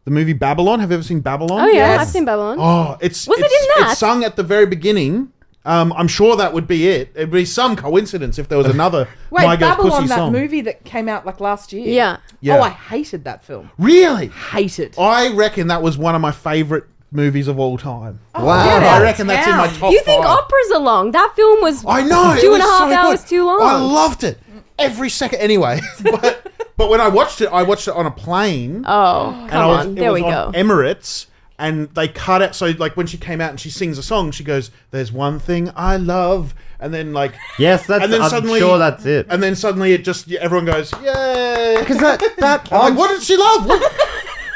The movie Babylon. Have you ever seen Babylon? Oh yeah, I've seen Babylon. Oh, it's Was it it's- in that? It's sung at the very beginning. Um, I'm sure that would be it. It'd be some coincidence if there was another Wait, My Girl's Babylon, Pussy that song. movie that came out like last year. Yeah. Yeah. Oh. Oh, I hated that film. Really? Hated. I reckon that was one of my favorite movies of all time. Oh, Wow. I reckon that's in my Town. top. you think five. opera's are long? That film was I know. two it and a was half so hours good. too long. I loved it every second. Anyway, but but when I watched it, I watched it on a plane. oh and I come was- on, it there was we go. on Emirates, and they cut out. So like when she came out and she sings a song, she goes, "There's one thing I love," and then like Yes, that's. and then I'm suddenly sure that's it. And then suddenly it just yeah, everyone goes, "Yay!" Because that that like, I'm, Oh, what did she love? What,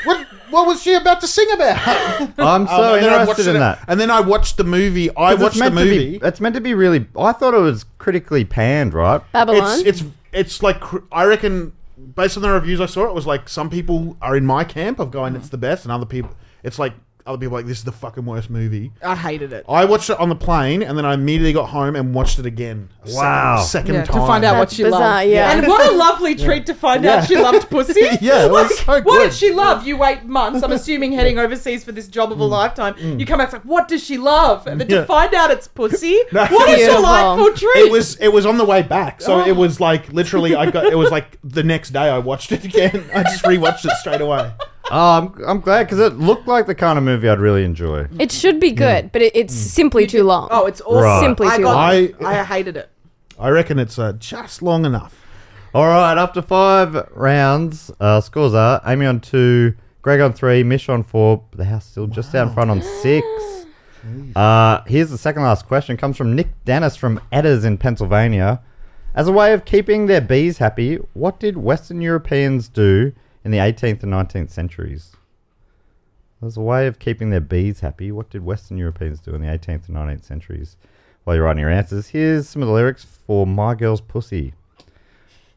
what what was she about to sing about? I'm so Um, and then I watched interested in it- that. And then I watched the movie. I 'Cause it's watched the meant to movie. Be, it's meant to be really. I thought it was critically panned, right? Babylon. It's it's it's like cr- I reckon based on the reviews I saw, it was like some people are in my camp of going it's the best, and other people it's like other people are like this is the fucking worst movie. I hated it. I watched it on the plane, and then I immediately got home and watched it again. a sec- Wow. a second Yeah, to time find out what she bizarre, loved. yeah. And what a lovely treat to find out she loved pussy. Yeah, it Like, was so What good. did she love? You wait months, I'm assuming heading overseas for this job of a Mm. lifetime. You come out, it's like, what does she love? And then to find out it's pussy, what a Beautiful. delightful treat. It was it was on the way back, so it was like literally I got it was like the next day I watched it again. I just rewatched it straight away. Oh, I'm, I'm glad because it looked like the kind of movie I'd really enjoy. it should be good, but it, it's simply too long. oh, it's awesome. Right. Simply I, too got, long. I, I hated it. I reckon it's uh, just long enough. All right, after five rounds, uh, scores are Amy on two, Greg on three, Mish on four. but The house still just out in front on six. Uh, here's the second last question. Comes from Nick Dennis from Edders in Pennsylvania. As a way of keeping their bees happy, what did Western Europeans do in the 18th and 19th centuries? As a way of keeping their bees happy, what did Western Europeans do in the 18th and 19th centuries? While you're writing your answers, here's some of the lyrics for My Girl's Pussy.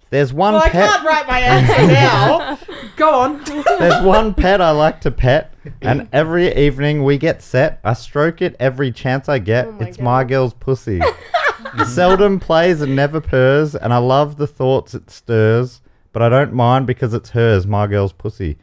There's one Well, I pet. can't write my answer now. Go on. There's one pet I like to pet, and every evening we get set. I stroke it every chance I get. it's my girl's pussy. Seldom plays and never purrs, and I love the thoughts it stirs, but I don't mind because it's hers, my girl's pussy.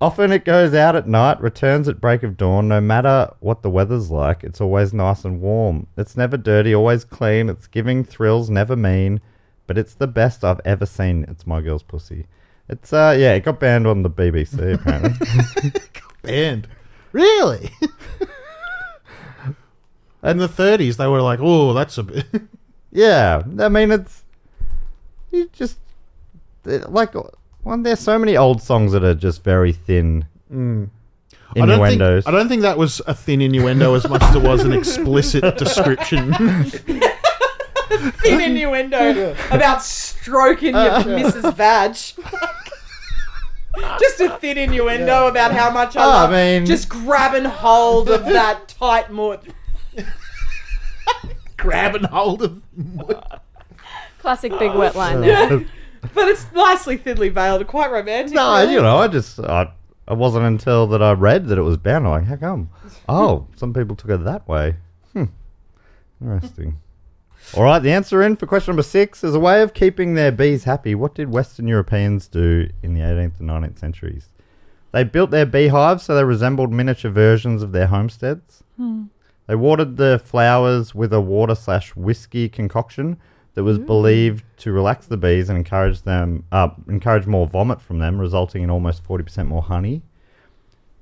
Often it goes out at night, returns at break of dawn, no matter what the weather's like. It's always nice and warm. It's never dirty, always clean. It's giving thrills, never mean. But it's the best I've ever seen. It's my girl's pussy. It's, uh, yeah, it got banned on the BBC, apparently. Band, really? In the 30s, they were like, "Oh, that's a bit." yeah, I mean, it's. You just. it- like, one, there's so many old songs that are just very thin innuendos. Mm. I don't, think, I don't think that was a thin innuendo as much as it was an explicit description. Thin innuendo about stroking your Mrs. Vag. Just a thin innuendo about how much I Oh, I love. mean- just grabbing hold of that tight mort. Grabbing hold of. Classic big wet line there. But it's nicely thinly veiled, quite romantic. No, really. you know, I just I, it wasn't until that I read that it was banned. I'm like, how come? Oh, some people took it that way. Hmm. Interesting. All right, the answer in for question number six is a way of keeping their bees happy. What did Western Europeans do in the 18th and 19th centuries? They built their beehives so they resembled miniature versions of their homesteads. They watered the flowers with a water slash whiskey concoction that was believed to relax the bees and encourage them uh, encourage more vomit from them, resulting in almost forty percent more honey.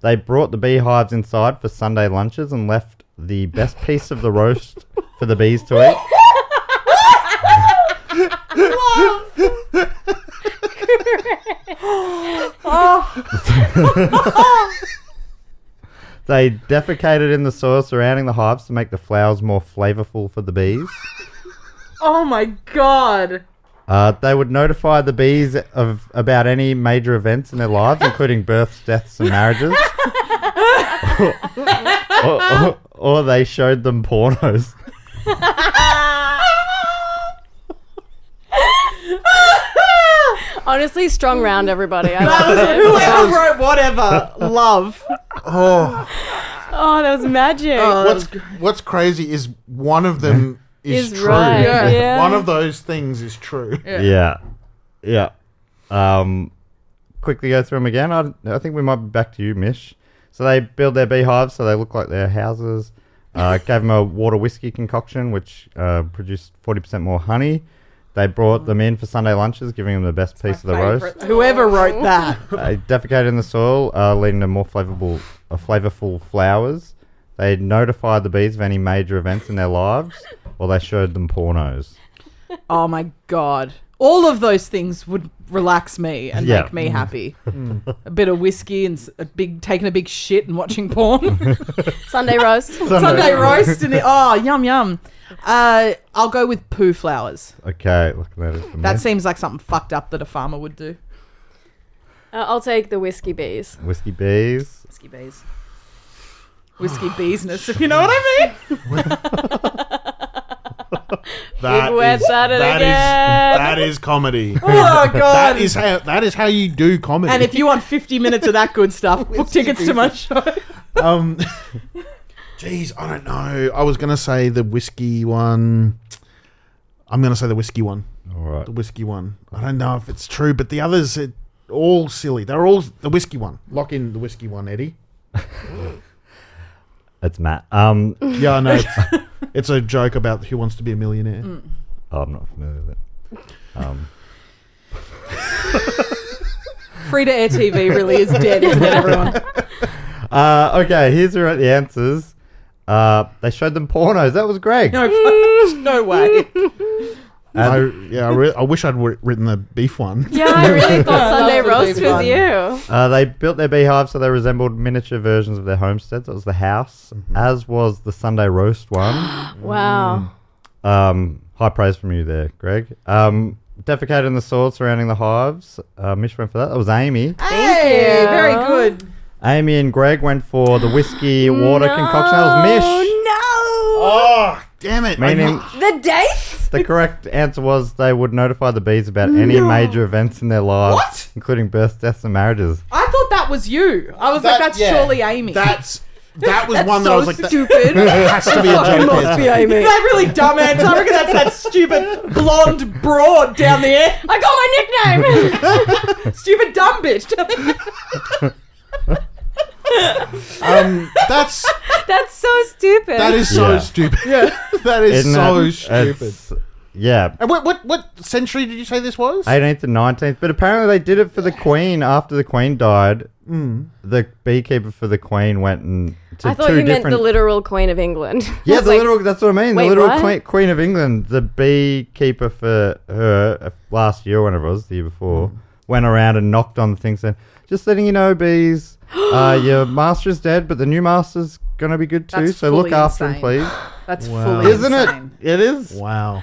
They brought the beehives inside for Sunday lunches and left the best piece of the roast for the bees to eat. They defecated in the soil surrounding the hives to make the flowers more flavorful for the bees. Oh my god. Uh, they would notify the bees of about any major events in their lives, including births, deaths, and marriages. or, or- or they showed them pornos. Honestly, strong round, everybody. I love it. Whoever wrote whatever, love. Oh, Oh, that was magic. what's what's crazy is one of them is, Is true. right, Yeah. yeah. One of those things is true. Yeah, yeah. Um, quickly go through them again. I, I think we might be back to you, Mish. So they build their beehives so they look like their houses. Uh, gave them a water whiskey concoction, which uh, produced forty percent more honey. They brought them in for Sunday lunches, giving them the best piece of the roast. Whoever wrote that. They defecated in the soil, uh, leading to more flavorful, uh, flavorful flowers. They notified the bees of any major events in their lives, or they showed them pornos. Oh my god. All of those things would relax me and Yeah. make me happy. a bit of whiskey and s- a big taking a big shit and watching porn. Sunday roast. Sunday roast and the, oh yum yum. Uh, I'll go with poo flowers. Okay, look that is for me. That seems like something fucked up that a farmer would do. Uh, I'll take the whiskey bees. Whiskey bees. Whiskey bees. Whiskey beesness, if you know what I mean. That wet is, at it that is- again. that is comedy. Oh god. that is how that is how you do comedy. and if you want 50 minutes of that good stuff, book tickets to my show. um, jeez, I don't know. I was gonna say the whiskey one. I'm gonna say the whiskey one. All right. The whiskey one. I don't know if it's true, but the others are all silly. They're all the whiskey one. Lock in the whiskey one, Eddie. It's Matt. Um, Yeah, I know. It's, it's a joke about who wants to be a millionaire. Mm. oh, I'm not familiar with it. Um, Free to air TV really is dead, isn't it, everyone? uh, okay, here's where the answers. Uh, they showed them pornos. That was Greg. No, no way. I, yeah, I, re- I wish I'd wri- written the beef one. Yeah, I really thought Sunday That would roast be was fun. you. Uh, they built their beehives so they resembled miniature versions of their homesteads. That was the house, as was the Sunday roast one. Wow. Um, high praise from you there, Greg. Um, defecated in the soil surrounding the hives. Uh, Mish went for that. That was Amy. Hey, very good. Amy and Greg went for the whiskey water concoction. That was Mish. Oh Oh, damn it. I Meaning know- no! The dates? the correct answer was they would notify the bees about any major events in their lives, What? including births, deaths, and marriages. I thought that was you. I was like, That- that's yeah. surely Amy. That's that was That's one that I so was like, that stupid. that has to be a joke. answer. really dumb answer. I reckon that's that stupid blonde broad down there. I got my nickname! Stupid dumb bitch. Um, that's That's so stupid. that is so Yeah. stupid. that is Isn't so it? stupid. It's- yeah, and what what what century did you say this was? 18th and 19th. But apparently they did it for the Queen after the Queen died. The beekeeper for the Queen went and to Mm. I thought two you meant different. the literal Queen of England. I yeah, was the like, literal. That's what I mean. wait, the literal what? queen, queen of England, the beekeeper for her uh, last year, whenever it was, the year before, Mm. went around and knocked on the thing, saying, "Just letting you know, bees, uh, your master's dead, but the new master's gonna be good too. That's so look fully after insane. him, please." That's Wow. fully Isn't insane. it? It is. Wow.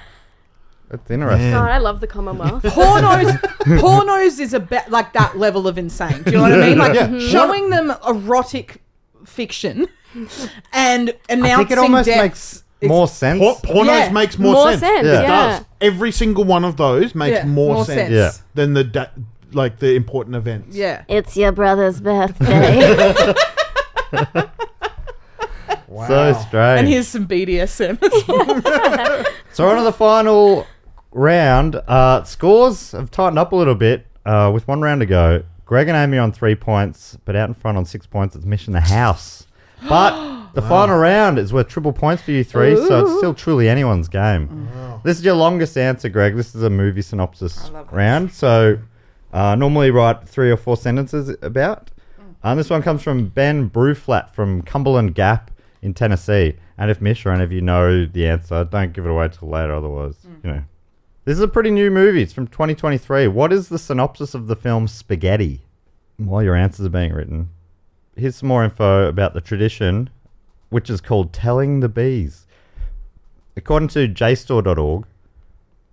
That's interesting. God, I love the Commonwealth. pornos pornos is a bit like that level of insane do you know what i mean like Yeah. showing them erotic fiction and announcing I think it almost deaths. makes more sense. Por- pornos Yeah. makes more, More sense. sense, It yeah. does. Every single one of those makes Yeah, more, more sense, Yeah. sense. than the da- like the important events. yeah it's your brother's birthday. So strange. and here's some bdsm as well. So we're on to the final round. Uh, scores have tightened up a little bit uh, with one round to go. Greg and Amy on three points, but out in front on six points, it's Mission the House. But the final round is worth triple points for you three, so it's still truly anyone's game. This is your longest answer, Greg. This is a movie synopsis round. So uh, normally write three or four sentences about. Um, this one comes from Ben Bruflat from Cumberland Gap in Tennessee. And if Mish or any of you know the answer, don't give it away till later, otherwise, you know. This is a pretty new movie. It's from 2023. What is the synopsis of the film Spaghetti? While your answers are being written, here's some more info about the tradition, which is called telling the bees. According to jstor.org,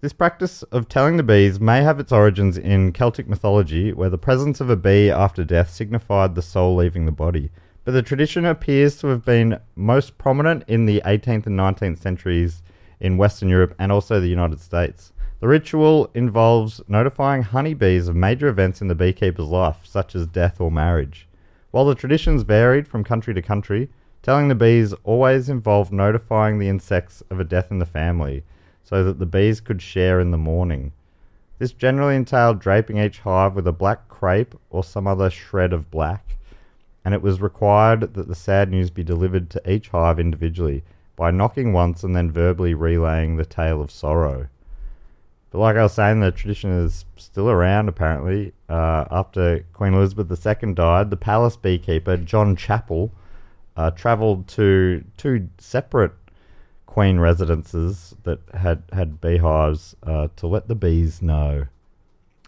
this practice of telling the bees may have its origins in Celtic mythology, where the presence of a bee after death signified the soul leaving the body. But the tradition appears to have been most prominent in the 18th and 19th centuries in Western Europe and also the United States. The ritual involves notifying honeybees of major events in the beekeeper's life, such as death or marriage. While the traditions varied from country to country, telling the bees always involved notifying the insects of a death in the family so that the bees could share in the mourning. This generally entailed draping each hive with a black crepe or some other shred of black, and it was required that the sad news be delivered to each hive individually by knocking once and then verbally relaying the tale of sorrow. But like I was saying, the tradition is still around apparently. Uh, after Queen Elizabeth II died, the palace beekeeper John Chapel uh, travelled to two separate queen residences that had had beehives uh, to let the bees know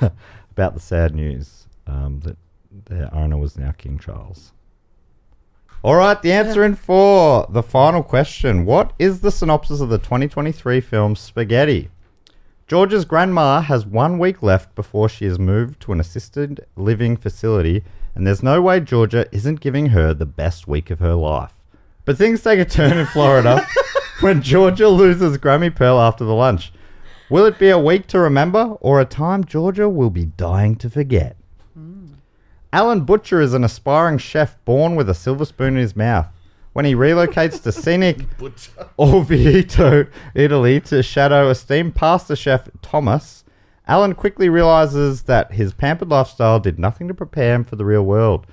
about the sad news um, that their owner was now King Charles. All right, the answer in four. The final question: What is the synopsis of the 2023 film Spaghetti? George's grandma has one week left before she is moved to an assisted living facility, and there's no way Georgia isn't giving her the best week of her life. But things take a turn in Florida when Georgia loses Grammy Pearl after the lunch. Will it be a week to remember or a time Georgia will be dying to forget? Alan Butcher is an aspiring chef born with a silver spoon in his mouth. When he relocates to scenic Orvieto, Italy, to shadow esteemed pasta chef Thomas, Alan quickly realizes that his pampered lifestyle did nothing to prepare him for the real world.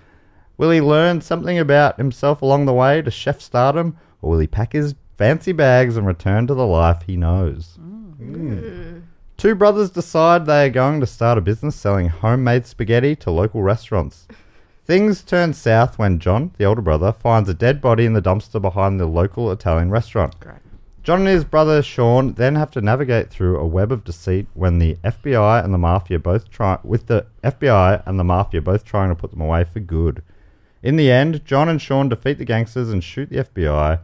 Will he learn something about himself along the way to chef stardom, or will he pack his fancy bags and return to the life he knows? Two brothers decide they are going to start a business selling homemade spaghetti to local restaurants. Things turn south when John, the older brother, finds a dead body in the dumpster behind the local Italian restaurant. John and his brother Sean then have to navigate through a web of deceit when the FBI and the mafia both try with the FBI and the mafia both trying to put them away for good. In the end, John and Sean defeat the gangsters and shoot the FBI,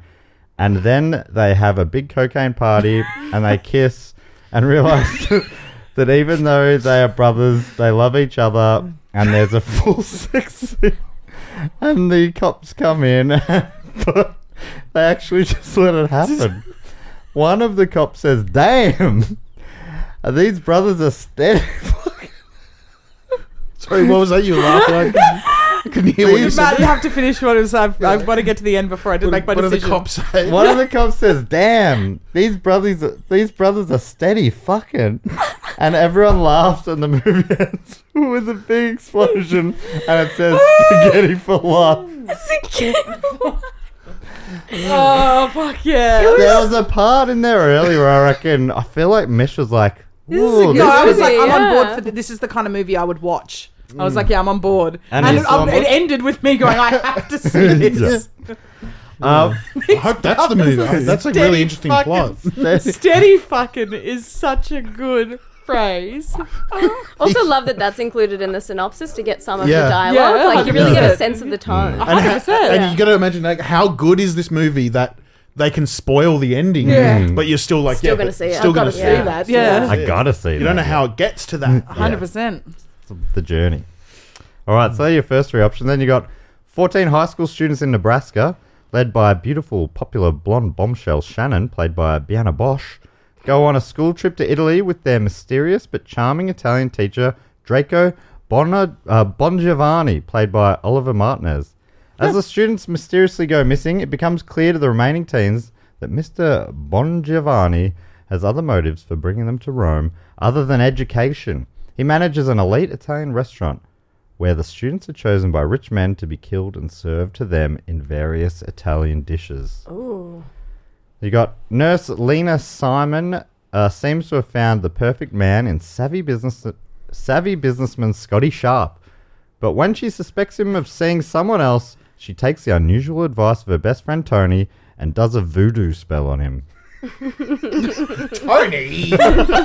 and then they have a big cocaine party and they kiss and realize that even though they are brothers, they love each other, and there's a full sex scene. And the cops come in, but they actually just let it happen. One of the cops says, "Damn, these brothers are steady." Sorry, what was that? You laughed like I couldn't hear what you said. Matt, you have to finish what it was. I've, I want to get to the end before I did What, make my what do the decision. cops say? One of the cops says, "Damn, these brothers, are, these brothers are steady fucking," and everyone laughs, and the movie ends with a big explosion, and it says, "Spaghetti for life." Oh fuck yeah! There was a part in there earlier, I reckon. I feel like Mish was like, "Ooh, no, I this was is- like, I'm on board yeah. for th- this. Is the kind of movie I would watch. I Mm. was like, yeah, I'm on board. And And, you it, saw um, it? it ended with me going, I have to see this. uh, I hope that's the movie. That's a really Steady interesting fucking plot. Steady fucking is such a good phrase. also love that that's included in the synopsis to get some of Yeah. Mm. the dialogue. Yeah, like you really get a 100%. sense of the tone. And, 100%. and you got to imagine like how good is this movie that they can spoil the ending, Yeah. but you're still like, Still yeah, gonna but see it. Still I've gotta gonna see see it. that. That, yeah. I gotta see. You don't know how it gets to that. 100%. the journey. All right, so your first three options. Then you got 14 high school students in Nebraska, led by a beautiful, popular blonde bombshell Shannon, played by Bianna Bosch, go on a school trip to Italy with their mysterious but charming Italian teacher Draco Bona, uh, Bongiovanni, played by Oliver Martinez. As the students mysteriously go missing, it becomes clear to the remaining teens that Mr. Bongiovanni has other motives for bringing them to Rome other than education. He manages an elite Italian restaurant where the students are chosen by rich men to be killed and served to them in various Italian dishes. Ooh. You got nurse Lena Simon uh, seems to have found the perfect man in savvy business savvy businessman Scotty Sharp, but when she suspects him of seeing someone else, she takes the unusual advice of her best friend Tony and does a voodoo spell on him. Tony!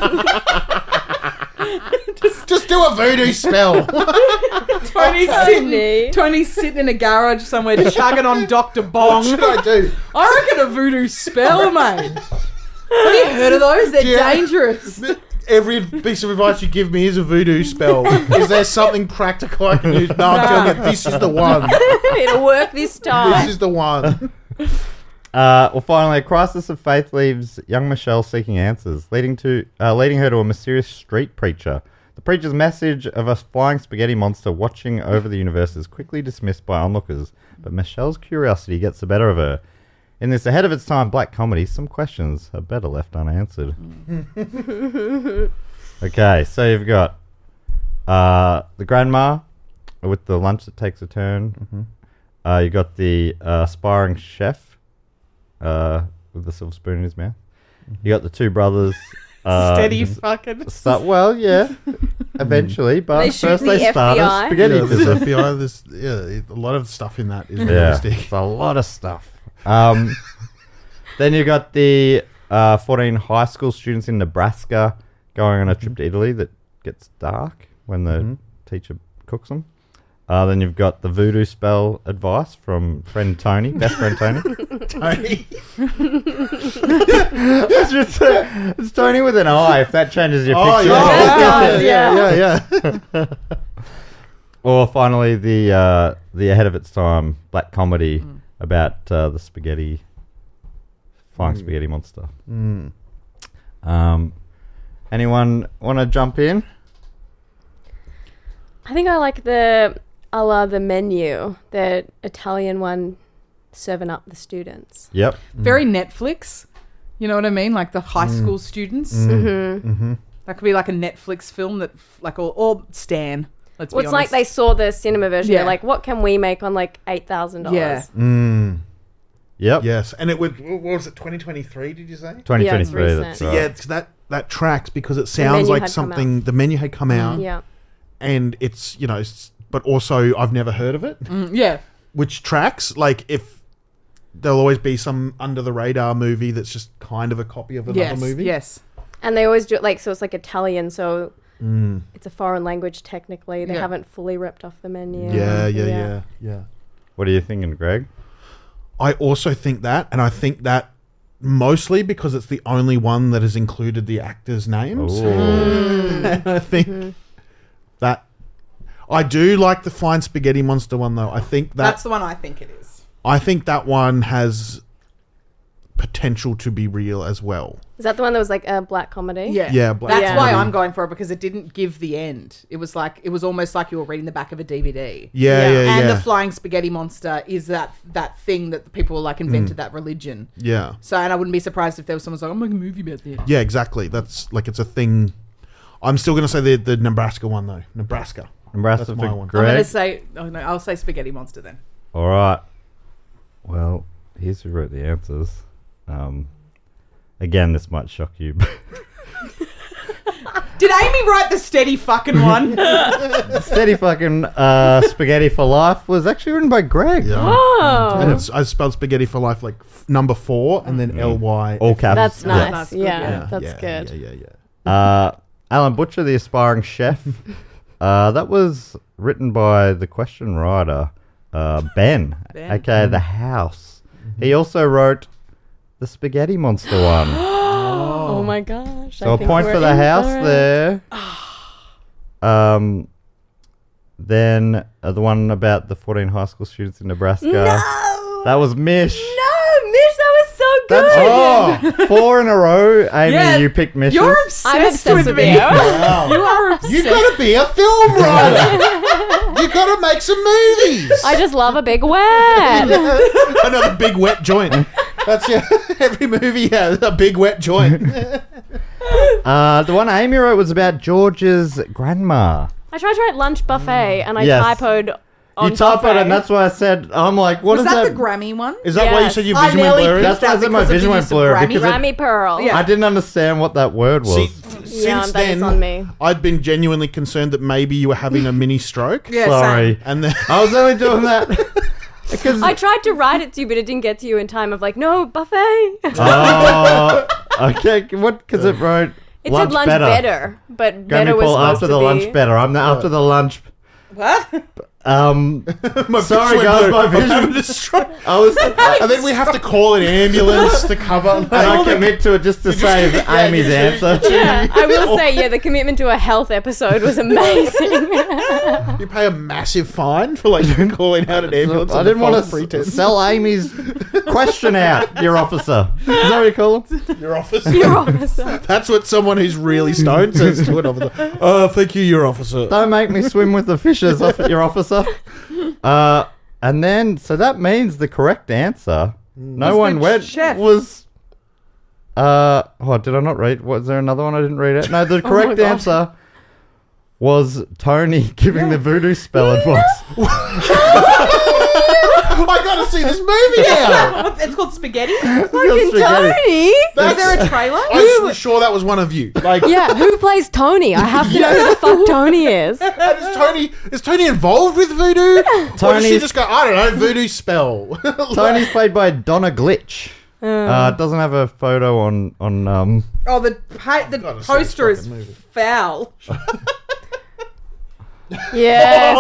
just, just do a voodoo spell. Tony's Tony. sitting, Tony's sitting in a garage somewhere chugging on Dr. Bong. Should I do? I reckon a voodoo spell, mate. Have you heard of those? They're Yeah. dangerous. Every piece of advice you give me is a voodoo spell. Is there something practical I can use? No, I'm telling you, this is the one. It'll work this This time. is the one. Uh, well, finally, a crisis of faith leaves young Michelle seeking answers, leading to uh, leading her to a mysterious street preacher. The preacher's message of a flying spaghetti monster watching over the universe is quickly dismissed by onlookers, but Michelle's curiosity gets the better of her. In this ahead of its time black comedy, some questions are better left unanswered. Mm. okay, so you've got uh, the grandma with the lunch that takes a turn. Uh, you got the uh, aspiring chef uh, with the silver spoon in his mouth. You got the two brothers. Uh, Steady fucking. Start, well, yeah, eventually, but They shoot first the they start a FBI. spaghetti business. FBI, this, yeah, a lot of stuff in that is Yeah, it's a lot of stuff. Um, then you got the uh, 14 high school students in Nebraska going on a trip to Italy that gets dark when the teacher cooks them. Uh, then you've got the voodoo spell advice from friend Tony, best friend Tony. it's, just, uh, it's Tony with an eye. If that changes your Oh, picture, yeah. Yeah, yeah, yeah. yeah, yeah. Or finally, the uh, the ahead of its time black comedy about uh, the spaghetti Mm. flying spaghetti monster. Um, anyone want to jump in? I think I like the a la the menu, the Italian one serving up the students. Yep. Very Netflix. You know what I mean? Like the high Mm. school students. Mm-hmm. Mm-hmm. That could be like a Netflix film that, like, or, or Stan. Let's Well, be it's like honest. they saw the cinema version. Yeah. They're like, what can we make on like eight thousand Yeah. dollars? Yep. Yes, and it would. What was it? Twenty twenty three? Did you say? Twenty twenty Yeah, three. it's That's recent. right. Yeah, it's that that tracks because it sounds menu like had come Mm. something. The menu had come out, Yeah. and it's you know, it's, but also I've never heard of it, Mm, yeah. which tracks. Like if there'll always be some under the radar movie that's just kind of a copy of another Yes. movie. Yes. And they always do it like so. It's like Italian, so Mm. it's a foreign language technically. They Yeah. haven't fully ripped off the menu. Yeah, yeah, yeah, yeah, yeah. What are you thinking, Greg? I also think that, and I think that mostly because it's the only one that has included the actors' names. Ooh. And I think Mm-hmm. that I do like the flying spaghetti monster one though. I think that That's the one I think it is. I think that one has potential to be real as well. Is that the one that was like a black comedy? Yeah. Yeah, but- That's Yeah. why Yeah. I'm going for it because it didn't give the end. It was like it was almost like you were reading the back of a DVD. Yeah, yeah, yeah. and yeah. the flying spaghetti monster is that that thing that the people like invented Mm. that religion. yeah. So, and I wouldn't be surprised if there was someone who's like, "I'm making a movie about this." Yeah, exactly. That's like it's a thing. I'm still going to say the the Nebraska one though. Nebraska. Nebraska That's for my one. I'm gonna Greg. say, oh no, I'll say spaghetti monster then. All right. Well, here's who wrote the answers. Um, again, this might shock you. but Did Amy write the steady fucking one? Steady fucking uh, spaghetti for life was actually written by Greg. Oh, And it's I spelled spaghetti for life like f- number 4 and then L Y. Mm-hmm. All caps. that's Yeah. nice. That's good, yeah, yeah. that's yeah, good. Yeah, yeah, yeah. Uh, Alan Butcher, the aspiring chef. Uh, that was written by the question writer, uh, ben, Ben. aka The House. He also wrote the spaghetti monster one. Oh, my gosh. so a point for the house there. um, then uh, the one about the 14 high school students in Nebraska. No! That was Mish. Oh, No, Mish, that was so good. That's oh, four in a row. Amy, Yeah, you picked Mish. You're obsessed, I'm obsessed with with me. you. you are obsessed. You gotta be a film writer. you gotta make some movies. I just love a big wet. Another big wet joint. That's your, every movie has a big wet joint. Uh, the one Amy wrote was about George's grandma. I tried to write lunch buffet and I Yes. typoed on you type it, buffet. and that's why I said, I'm like, what Was is that, the grandma? Grammy one? Is that why you Yes. said your I vision went nearly blurry? That's picked why that my because of vision the went use of blurry, Grammy. because it- Grammy Pearl. Yeah. I didn't understand what that word was. See, since Yeah, that is then, on me. I've been genuinely concerned that maybe you were having a mini stroke. Yeah, Sorry. And then I was only doing that because I tried to write it to you, but it didn't get to you in time. Of like, no buffet. Oh, okay. What? Because it wrote it lunch said lunch better, but Grammy better was Paul supposed after to the be. lunch better. I'm the after the lunch. What? Um, my Sorry, vision went guys, blurry. my I'm vision- having a stroke. I was. I think we have to call an ambulance to cover. and I commit to it just to save Amy's answer. Yeah, I will say, yeah, the commitment to a health episode was amazing. You pay a massive fine for like calling out an ambulance. I under didn't want false to s- pretense. sell Amy's question out, your officer. Is that what you call him? your office. Your officer. That's what someone who's really stoned says to an officer. Oh, thank you, your officer. Don't make me swim with the fishes, off your officer. Uh, and then, so that means the correct answer. Mm. No one the went. chef. Was. Uh, oh, did I not read? Was there another one I didn't read it? No, Oh the correct God. answer was Tony giving the voodoo spell advice. I gotta see this movie now. What- It's called spaghetti. Fucking Tony. Is there a trailer? I'm s- sure that was one of you. Like, Yeah, who plays Tony? I have to know who the fuck Tony is. is Tony is Tony involved with voodoo? Or does she Tony's- just go? I don't know. Voodoo spell. Tony's played by Donna Glitch. Uh, doesn't have a photo on on um. Oh, the pa- the Gotta see poster this is fucking movie. foul. Yes.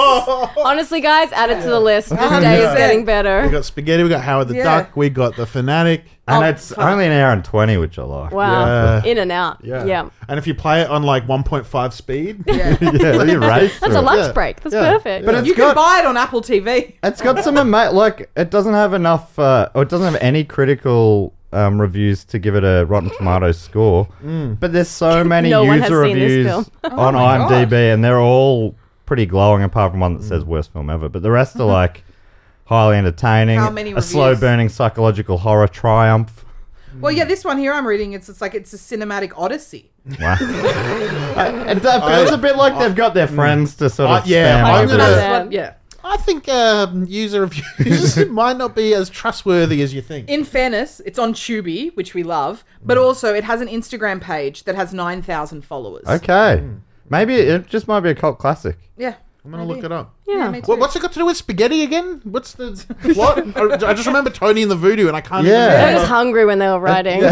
Honestly, guys, add it to the list. This day is getting we better. got spaghetti. We got Howard the Yeah. Duck. We got the fanatic. And it's only an hour and twenty, which I like. Oh, Wow. Yeah. In and out. Yeah. And if you play it on like 1.5 speed, yeah, you race That's through a it. lunch Yeah. break. That's Yeah. perfect. But it's you got can buy it on Apple TV. It's got some ama- like it doesn't have enough, uh, or it doesn't have any critical um, reviews to give it a Rotten Tomatoes score. But there's so many No one has user seen this reviews film. on IMDb, and they're all pretty glowing, apart from one that says worst film ever. But the rest are like highly entertaining, How many a slow reviews? burning psychological horror triumph. Well, yeah, this one here I'm reading. It's it's like it's a cinematic odyssey. Wow. I- it that feels a bit like they've got their friends to sort of I- yeah, spam I'm over gonna- this. Yeah. That's what, yeah. I think um, user reviews might not be as trustworthy as you think. In fairness, it's on Tubi, which we love, but also it has an Instagram page that has nine thousand followers. Okay, maybe it just might be a cult classic. Yeah. I'm gonna look it up. yeah. me too. What, what's it got to do with spaghetti again? What's the what? I, I just remember Tony and the Voodoo, and I can't. Yeah. Even I remember. was hungry when they were writing.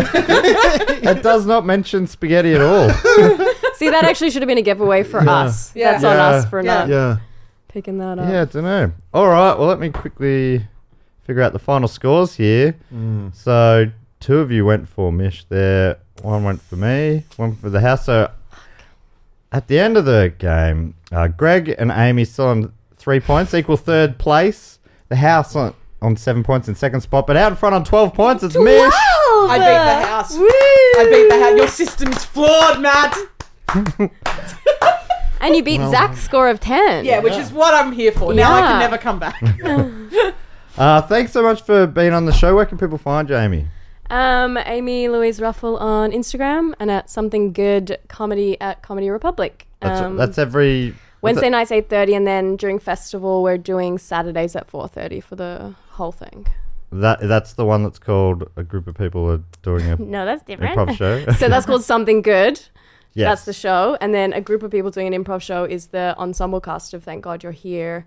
It does not mention spaghetti at all. See, that actually should have been a giveaway for us. Yeah. That's on Yeah. us for not yeah. picking that up. Yeah, I don't know. All right, well, let me quickly figure out the final scores here. So, two of you went for Mish there, one went for me, one for the house. So, at the end of the game, uh, Greg and Amy still on three points, equal third place. The house on, on seven points in second spot, but out in front on 12 points, it's Mish. I beat the house. I beat the house. Your system's flawed, Matt. And you beat Zach's score of 10. Yeah, which is what I'm here for. Now I Yeah. can never come back. Uh, thanks so much for being on the show. Where can people find you, Amy? Um, Amy Louise Ruffle on Instagram and at something good comedy at Comedy Republic. That's, Um, that's every. what's Wednesday it- nights eight thirty, and then during festival we're doing Saturdays at four thirty for the whole thing. That, that's the one that's called a group of people are doing a No, that's different. improv show. so that's called something good. Yes. That's the show, and then a group of people doing an improv show is the ensemble cast of Thank God You're Here,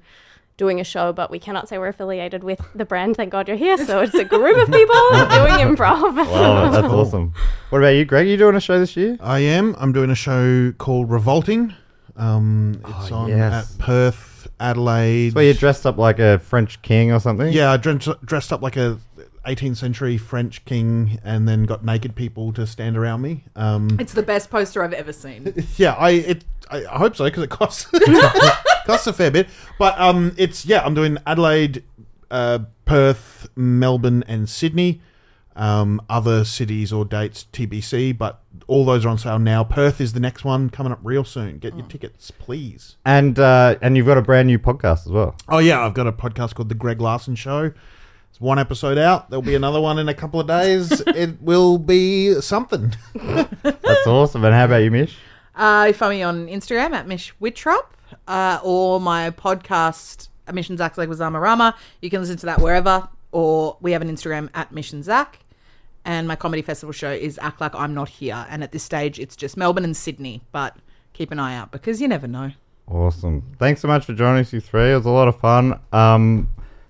doing a show, but we cannot say we're affiliated with the brand Thank God You're Here. So it's a group of people doing improv. Wow, that's awesome. What about you, Greg? Are you doing a show this year? I am. I'm doing a show called Revolting. Um, it's on yes. at Perth, Adelaide. Where you're dressed up like a French king or something? yeah, I dressed, dressed up like a 18th century French king and then got naked people to stand around me. Um, It's the best poster I've ever seen. yeah, I it I I hope so because it costs costs a fair bit. But um, it's yeah, I'm doing Adelaide, uh, Perth, Melbourne, and Sydney. Um, other cities or dates TBC, but all those are on sale now. Perth is the next one coming up real soon. Get your tickets, please. And uh, and you've got a brand new podcast as well. Oh yeah, I've got a podcast called The Greg Larson Show. It's one episode out. There'll be another one in a couple of days. it will be something. That's awesome. And how about you, Mish? Uh, you find me on Instagram at Mish Wittrup uh, or my podcast, Mission Zach's Like Wazama Rama. You can listen to that wherever, or we have an Instagram at Mission Zach. And my comedy festival show is Act Like I'm Not Here. And at this stage, it's just Melbourne and Sydney, but keep an eye out because you never know. Awesome. Thanks so much for joining us, you three. It was a lot of fun. Um,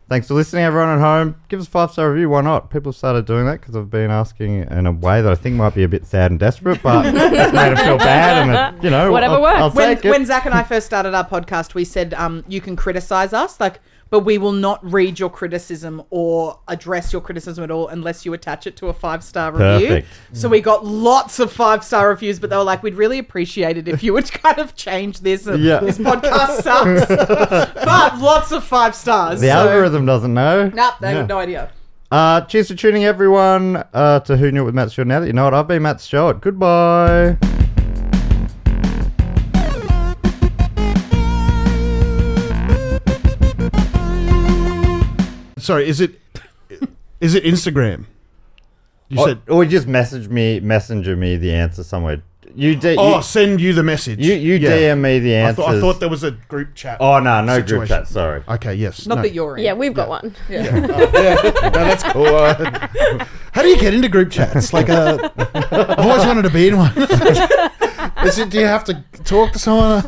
thanks for listening, everyone at home. Give us a five star review. Why not? People have started doing that because I've been asking in a way that I think might be a bit sad and desperate, but it's made them feel bad. And it, you know, Whatever I'll, works. I'll when, take it. when Zach and I first started our podcast, we said um, you can criticize us, like, but we will not read your criticism or address your criticism at all unless you attach it to a five star review. Perfect. So we got lots of five star reviews, but they were like, we'd really appreciate it if you would kind of change this. And Yeah. This podcast sucks, but lots of five stars. the so- algorithm doesn't know. Nope, they Yeah. have no idea. Uh, cheers for tuning everyone uh, to Who Knew It with Matt Stewart. Now that you know it, I've been Matt Stewart. Goodbye. Sorry, is it is it Instagram? You Or, said or just message me, messenger me the answer somewhere. You did. oh, send you the message. you, you, you Yeah. DM me the I, answers. thought I thought there was a group chat. Oh no, no group situation. chat. Sorry. Okay, yes. Not no. that you're in. Yeah, we've got one. that's cool. How do you get into group chats? Like, uh, I've always wanted to be in one. Is it? Do you have to talk to someone?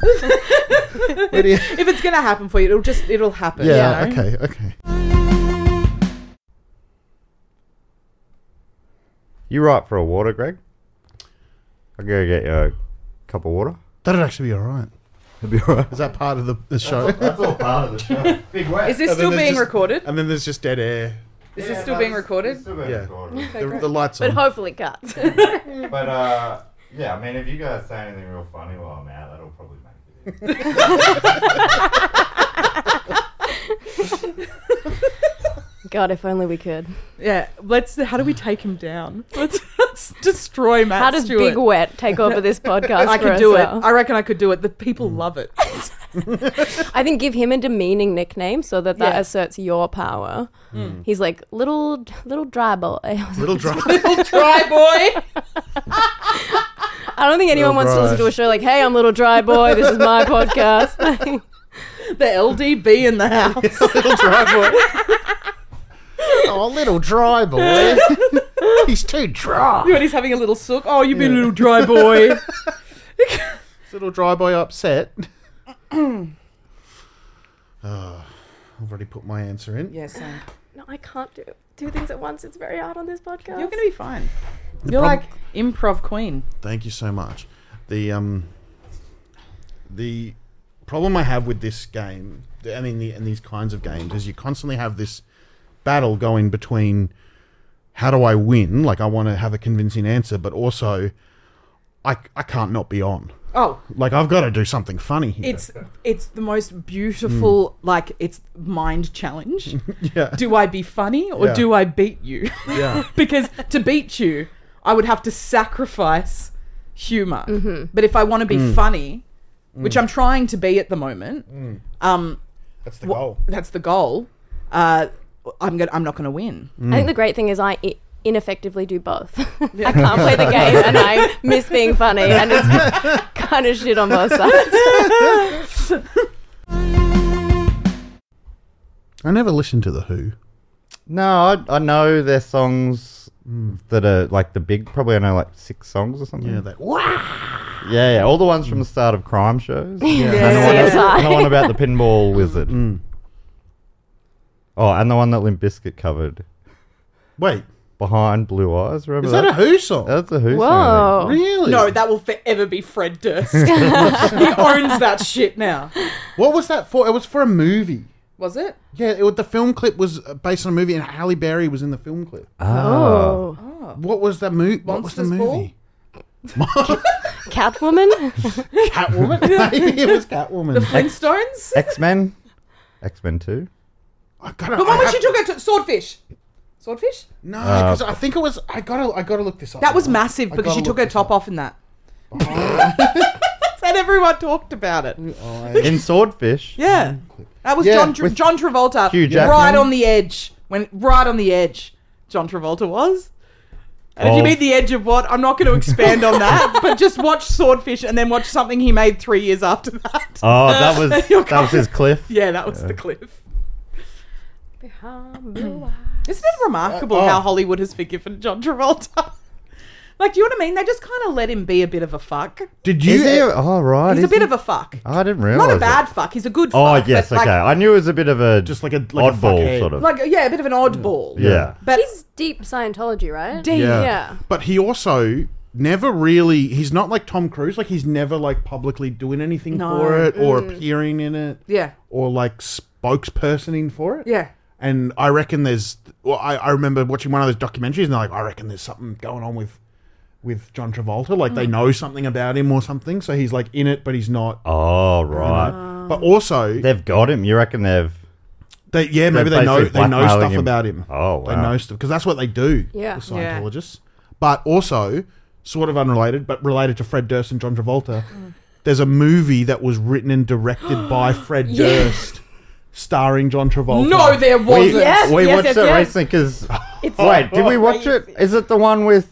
Where do you- if it's gonna happen for you, it'll just it'll happen. yeah. you know? Okay. Okay. you right for a water, Greg? I'll go get you a cup of water. That'd actually be all right. It'll be alright. Is that part of the, the show? That's all part of the show. Big way. Is this still being recorded? And then there's just dead air. Is this still being recorded? Yeah. recorded. The, the lights But on. hopefully cuts. But uh, yeah, I mean, if you guys say anything real funny while I'm out, that'll probably make it. God, if only we could. Yeah, let's. How do we take him down? Let's, let's destroy Matt. How does Stewart. Big Wet take over this podcast? I for could do it. Hmm. herself? I reckon I could do it. The people love it. I think give him a demeaning nickname so that that Yeah. Hmm. asserts your power. He's like little little dry boy. I Little dry. Try, boy. don't think anyone wants to listen to a show like, "Hey, I'm little dry boy. This is my podcast." The LDB in the house. little dry boy. oh, little dry boy. He's too dry. You know, he's having a little sook. Oh, you've been a little dry boy. Is little dry boy upset? Ah, I've already put my answer in. yes, Sam. no, I can't do two things at once. It's very hard on this podcast. you're gonna be fine. You're prob- like improv queen. Thank you so much. The um, the problem I have with this game, I mean, the, and these kinds of games, is you constantly have this battle going between how do I win? Like I want to have a convincing answer, but also I I can't not be on. Oh, Like I've got to do something funny here. it's it's the most beautiful. Like it's mind challenge. Hmm. yeah, Do I be funny or Yeah. do I beat you? yeah. because to beat you, I would have to sacrifice humor. But if I want to be Hmm. funny, which I'm trying to be at the moment, Hmm. um, That's the goal. that's the goal. Uh, I'm gonna, I'm not going to win. Hmm. I Mm. think the great thing is I. I- Ineffectively do both. I can't play the game and I miss being funny and it's kind of shit on both sides. I never listened to the Who. No, I, I know their songs that are like the big. Probably I know like six songs or something. Yeah, that. Wow. Yeah, yeah. All the ones from the start of crime shows. Yeah. And, the one Yes. and the one about the pinball wizard. Oh, and the one that Limp Bizkit covered. Wait, Behind Blue Eyes, remember is that a Who song? That's a Who song. I Whoa. really? Oh. No, that will forever be Fred Durst. he owns that shit now. What was that for? It was for a movie. Was it? Yeah, it, was- the film clip was uh, based on a movie, and Halle Berry was in the film clip. Oh. What was that movie? What was the Monsters Ball? movie? Catwoman? Catwoman. Maybe it was Catwoman. Flintstones? X Men, X Men Two. I gotta, The one I when have- she took her to swordfish. Swordfish? no, because I think it was. I gotta, I gotta look this up. That was massive I because she gotta took look her this top off in that. and everyone talked about it. In Swordfish, Yeah. That was Yeah, John Tra- Mm. with John Travolta Hugh right Jackman. on the edge. When right on the edge, John Travolta was. And if you Of- mean the edge of what, I'm not going to expand on that, but just watch Swordfish and then watch something he made three years after that. Oh, that was You're that was his cliff. Yeah, that was the cliff. Behind blue eyes. Isn't it remarkable Uh, oh. how Hollywood has forgiven John Travolta? like, do you know what I mean? They just kind of let him be a bit of a fuck. Did Is he? you? Oh, right. He's a is bit he? of a fuck. Oh, I didn't realize. Not a it. bad fuck. He's a good fuck. Oh but, yes, okay. like- I knew it was a bit of a Just like a- like a oddball fuckhead. sort of. Like, yeah, a bit of an oddball. yeah. But He's deep Scientology, right? Deep. Yeah. Yeah. But he also never really. He's not like Tom Cruise. Like he's never like publicly doing anything No. Mm. for it or appearing in it. Yeah. Or like spokespersoning for it. Yeah. And I reckon there's. Well, I, I remember watching one of those documentaries, and they're like, I reckon there's something going on with. With John Travolta, like Mm. they know something about him or something, so he's like in it, but he's not. Oh right. But Oh. also, They've got him. You reckon they've? They, yeah, maybe they know basically they know blackmailing stuff him. about him. Oh, They wow. know stuff because that's what they do. Yeah. the Yeah. Scientologists. But also, sort of unrelated, but related to Fred Durst and John Travolta. Mm. there's a movie that was written and directed by Fred Durst, starring John Travolta. No, there wasn't. Yes, we yes, watched yes, it yes. recently because. Wait, did we watch it? Is it the one with?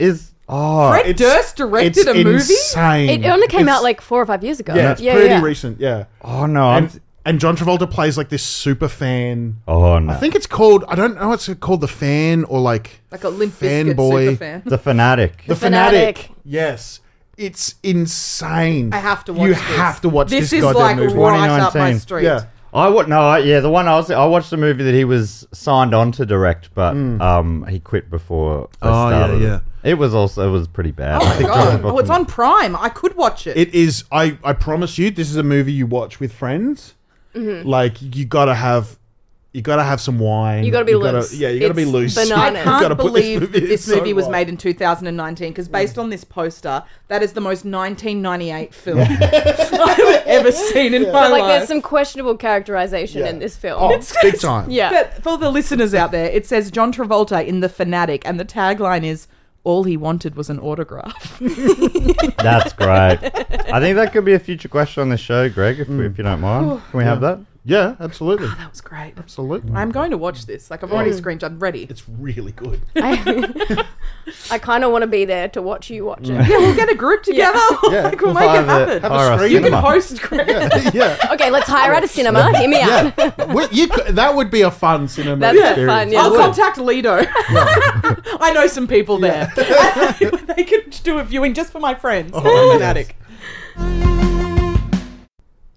Is oh Fred Durst directed a movie? Insane. It only came It's- out like four or five years ago. yeah, it's pretty recent. Yeah, oh no I'm, and and John Travolta plays like this super fan. oh no I think it's called. I don't know. It's called the fan or like Like a Limp Bizkit fanboy. superfan. the fanatic. The Fanatic. Fanatic. Yes. It's insane. I have to watch You this. have to watch this, This is goddamn like movie. right up my 2019. street. Yeah. I would no I- yeah the one I was I watched the movie that he was signed on to direct but Hmm. um he quit before they Oh, yeah, started it. yeah. it was also it was pretty bad Oh I my think god. Jonathan Oh, it's on Prime. I could watch it. It is I, I promise you this is a movie you watch with friends. Like you got to have you got to have some wine. You gotta be loose. yeah, you got to be It's loose. bananas. You I can't gotta put believe that it's this so movie was wrong. made in 2019 because based on this poster, that is the most 1998 film I've ever seen in my But like, life. there's some questionable characterization in this film. Oh, big time. yeah. But for the listeners out there, it says John Travolta in The Fanatic, and the tagline is "All he wanted was an autograph." that's great I think that could be a future question on the show Greg if, Hmm. we, if you don't mind can we have that Yeah, absolutely. That was great. Absolutely. I'm going to watch this. Like I've already screened. I'm ready. It's really good. I, I kind of want to be there to watch you watch it. Mm. yeah, we'll get a group together. Yeah. like, we'll make it happen. a Hire screen. you can cinema. host, Greg. yeah. Okay, let's hire out a cinema. Hear me out. Yeah. Well, you could, that would be a fun cinema That's a experience. fun, yeah. I'll It would. contact Lido. I know some people there. they could do a viewing just for my friends. Oh, Fanatic.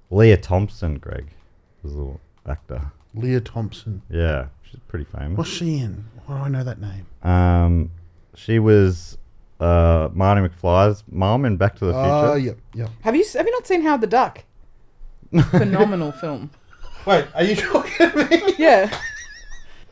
Leah Thompson Greg was the actor Leah Thompson. yeah she's pretty famous What's she in? Why do I know that name? um she was uh Marty McFly's mom in Back to the Future Uh, yep, yep. Have you have you not seen Howard the Duck? Phenomenal film. Wait, are you talking to me? Yeah.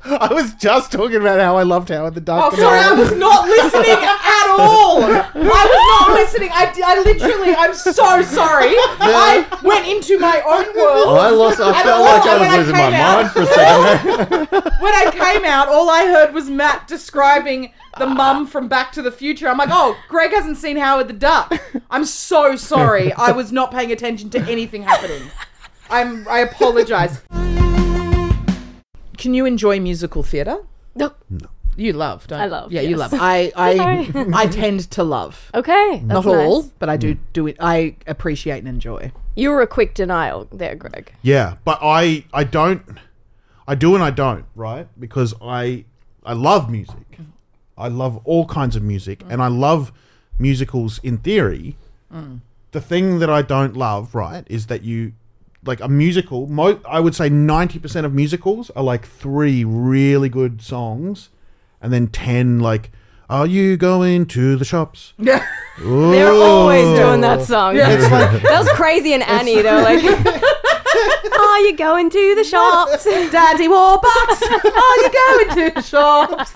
I was just talking about how I loved Howard the Duck. Oh, sorry, I was not listening at all. I was not listening. I, I literally, I'm so sorry. I went into my own world. Oh, I lost. I And felt all- like when I I was losing my came out- mind for a second. When I came out, all I heard was Matt describing the mum from Back to the Future. I'm like, oh, Greg hasn't seen Howard the Duck. I'm so sorry. I was not paying attention to anything happening. I'm. I apologize. Can you enjoy musical theatre? No. You love, don't I love, Yeah, you yes. love. I I Sorry. I tend to love. Okay, that's Not all, nice. but I do do it. I appreciate and enjoy. You were a quick denial there, Greg. Yeah, but I I don't I do and I don't, right? Because I I love music. I love all kinds of music and I love musicals in theory. Mm. The thing that I don't love, right, is that you like a musical, mo- I would say 90% of musicals are like three really good songs and then 10 like are you going to the shops? Oh, Yeah. They're always doing that song. It's like That was crazy in Annie. They're like, oh, you're going to the shops. Daddy Warbucks, are you going to shops?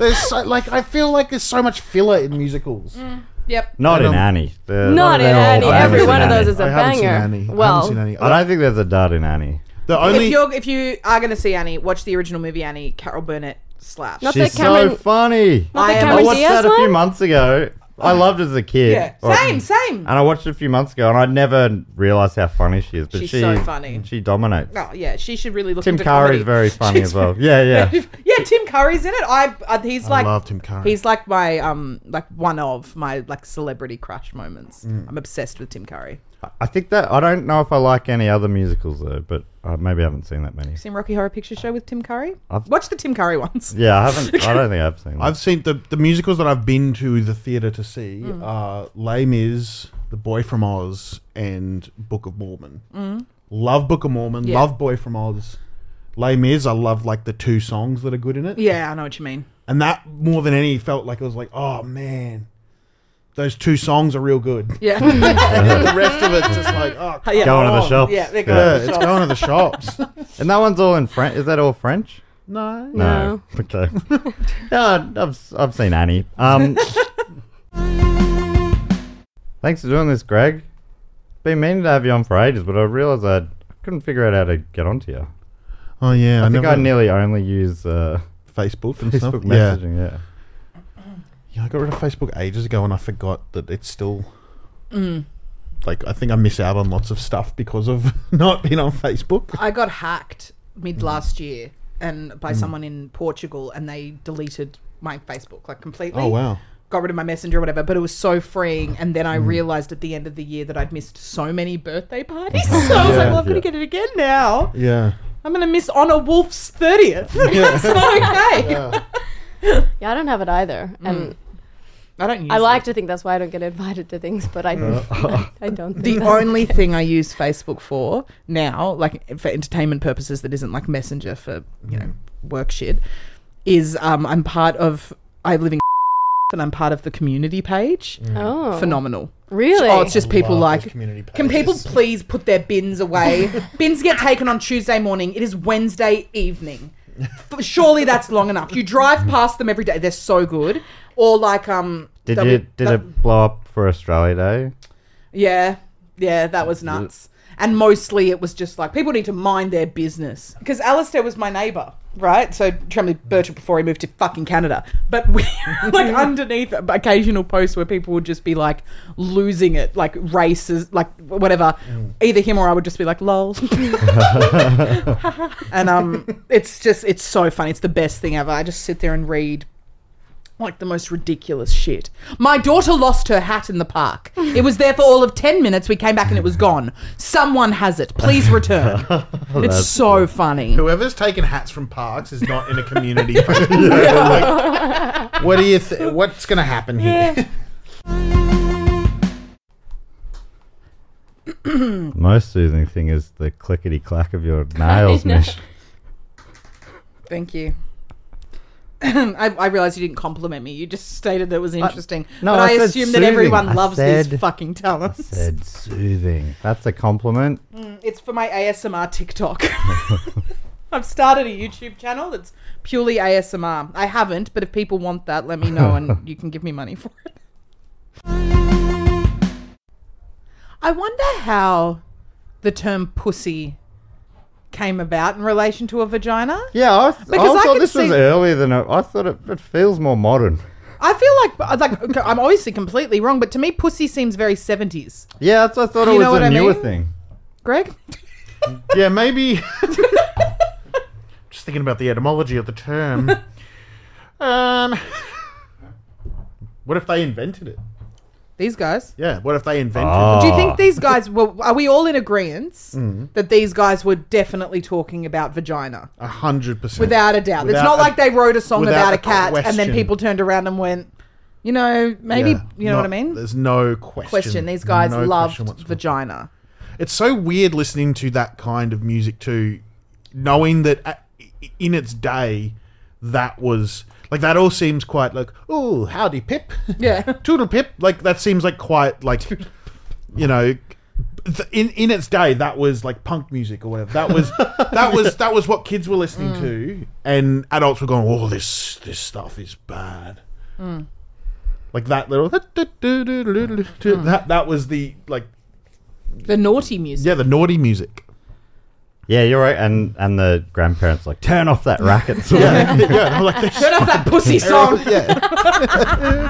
There's so, like I feel like there's so much filler in musicals. Yep. Not I in don't- Annie. The- Not in they're all Annie. bangers Mm. Every in one of Annie. those is a I haven't seen banger. Annie. I Well- haven't seen Annie. I don't think there's a dud in Annie. the only if you're if you are going to see Annie, watch the original movie Annie. Carol Burnett slash. Not She's the Cameron- so funny. Not the the I I am- Cameron Cameron watched Diaz that a few one. months ago. I loved it as a kid. yeah. Or- Same, same. And I watched it a few months ago, and I never realized how funny she is. But She's she, so funny. She dominates. Oh yeah, she should really look. Tim into Curry comedy. is very funny She's as well. Yeah, yeah. yeah, Tim Curry's in it. I uh, he's like love Tim Curry. He's like my um like one of my like celebrity crush moments. Mm. I'm obsessed with Tim Curry. I think that I don't know if I like any other musicals though, but uh, maybe I haven't seen that many. Seen Rocky Horror Picture Show with Tim Curry? I've- Watch the Tim Curry ones. Yeah, I haven't. I don't think I've seen. I've That. seen the the musicals that I've been to the theater to see Mm. are Les Mis, The Boy from Oz, and Book of Mormon. Mm. Love Book of Mormon. Yeah. Love Boy from Oz. Les Mis, I love like the two songs that are good in it. Yeah, I know what you mean. And that more than any felt like it was like, oh man, those two songs are real good. Yeah. and then the rest of it's just like, oh, yeah. Going to the shops. Yeah, they're yeah, going it's going to the shops. And that one's all in French. Is that all French? no. No. Okay. no, I've I've seen Annie. Um. thanks for doing this, Greg. Been meaning to have you on for ages, but I realised I couldn't figure out how to get onto you. Oh yeah, I, think I never- nearly only use uh, Facebook and stuff. Facebook messaging. Yeah. Yeah, I got rid of Facebook ages ago, and I forgot that it's still. Mm. Like I think I miss out on lots of stuff because of not being on Facebook. I got hacked Mm. mid last year and by someone in Portugal and they deleted my Facebook like completely. Oh wow! Got rid of my messenger or whatever, but it was so freeing. And then I realized at the end of the year that I'd missed so many birthday parties. So I was like, well, I've got to get it again now. Yeah, I'm going to miss Honor Wolf's 30th. That's not okay. Yeah, I don't have it either. And I don't use I it. like to think that's why I don't get invited to things, but I, I, I don't think the that's only thing I use Facebook for now, like for entertainment purposes, that isn't like Messenger for you know work shit, is um, I'm part of I live in and I'm part of the community page. Oh, Phenomenal. Really? Oh, it's just people like. community. Can people please put their bins away? bins get taken on Tuesday morning. It is Wednesday evening. F- Surely that's long enough. You drive past them every day. They're so good. Or like um. Did the- you did the- it blow up for Australia Day? Yeah, yeah, that was nuts. And mostly it was just like people need to mind their business because Alistair was my neighbour, right? So Tremley Birchall before he moved to fucking Canada, but we like underneath occasional posts where people would just be like losing it, like races, like whatever. Either him or I would just be like, lol. and um, it's just it's so funny. It's the best thing ever. I just sit there and read like the most ridiculous shit. My daughter lost her hat in the park. It was there for all of 10 minutes. We came back and it was gone. Someone has it. Please return. it's so funny. Whoever's taken hats from parks is not in a community. Facebook. Like, what do you? Th- what's going to happen here? Most soothing thing is the clickety clack of your nails, know. Mish. Thank you. I, I realized you didn't compliment me. You just stated that it was interesting. Uh, no, but I I, said assume that soothing. everyone I loves these said- fucking talents. Said soothing. That's a compliment. It's for my ASMR TikTok. I've started a YouTube channel that's purely ASMR. I haven't, but if people want that, let me know and you can give me money for it. I wonder how the term pussy came about in relation to a vagina. Yeah, I, th- Because I I thought could this was see- earlier than I, I thought. It, it feels more modern. I feel like like I'm obviously completely wrong, but to me pussy seems very 70s. Yeah, that's, I thought it You was know a what I newer mean? thing. Greg? yeah, maybe. just thinking about the etymology of the term. um, what if they invented it? These guys. Yeah, what if they invented Ah. Do you think these guys were are we all in agreement Mm-hmm. that these guys were definitely talking about vagina? it? A hundred percent. Without a doubt. it's Without not a- like they wrote a song about without a a cat and then question. people turned around and went, you know, maybe, Yeah, you know what I not- mean? There's no question. Question. These guys No question loved whatsoever. vagina. It's so weird listening to that kind of music too, knowing that uh, i- in its day, that was like that all seems quite like oh howdy pip, Yeah. toodle pip. Like that seems like quite like, you know, th- in in its day that was like punk music or whatever. That was that was that was what kids were listening to, and adults were going, "Oh, this this stuff is bad." Like that little that that was the like The naughty music. yeah the naughty music. Yeah, you're right. And and the grandparents like turn off that racket. sort of Yeah, yeah, I'm like this. Turn off that pussy song. Yeah.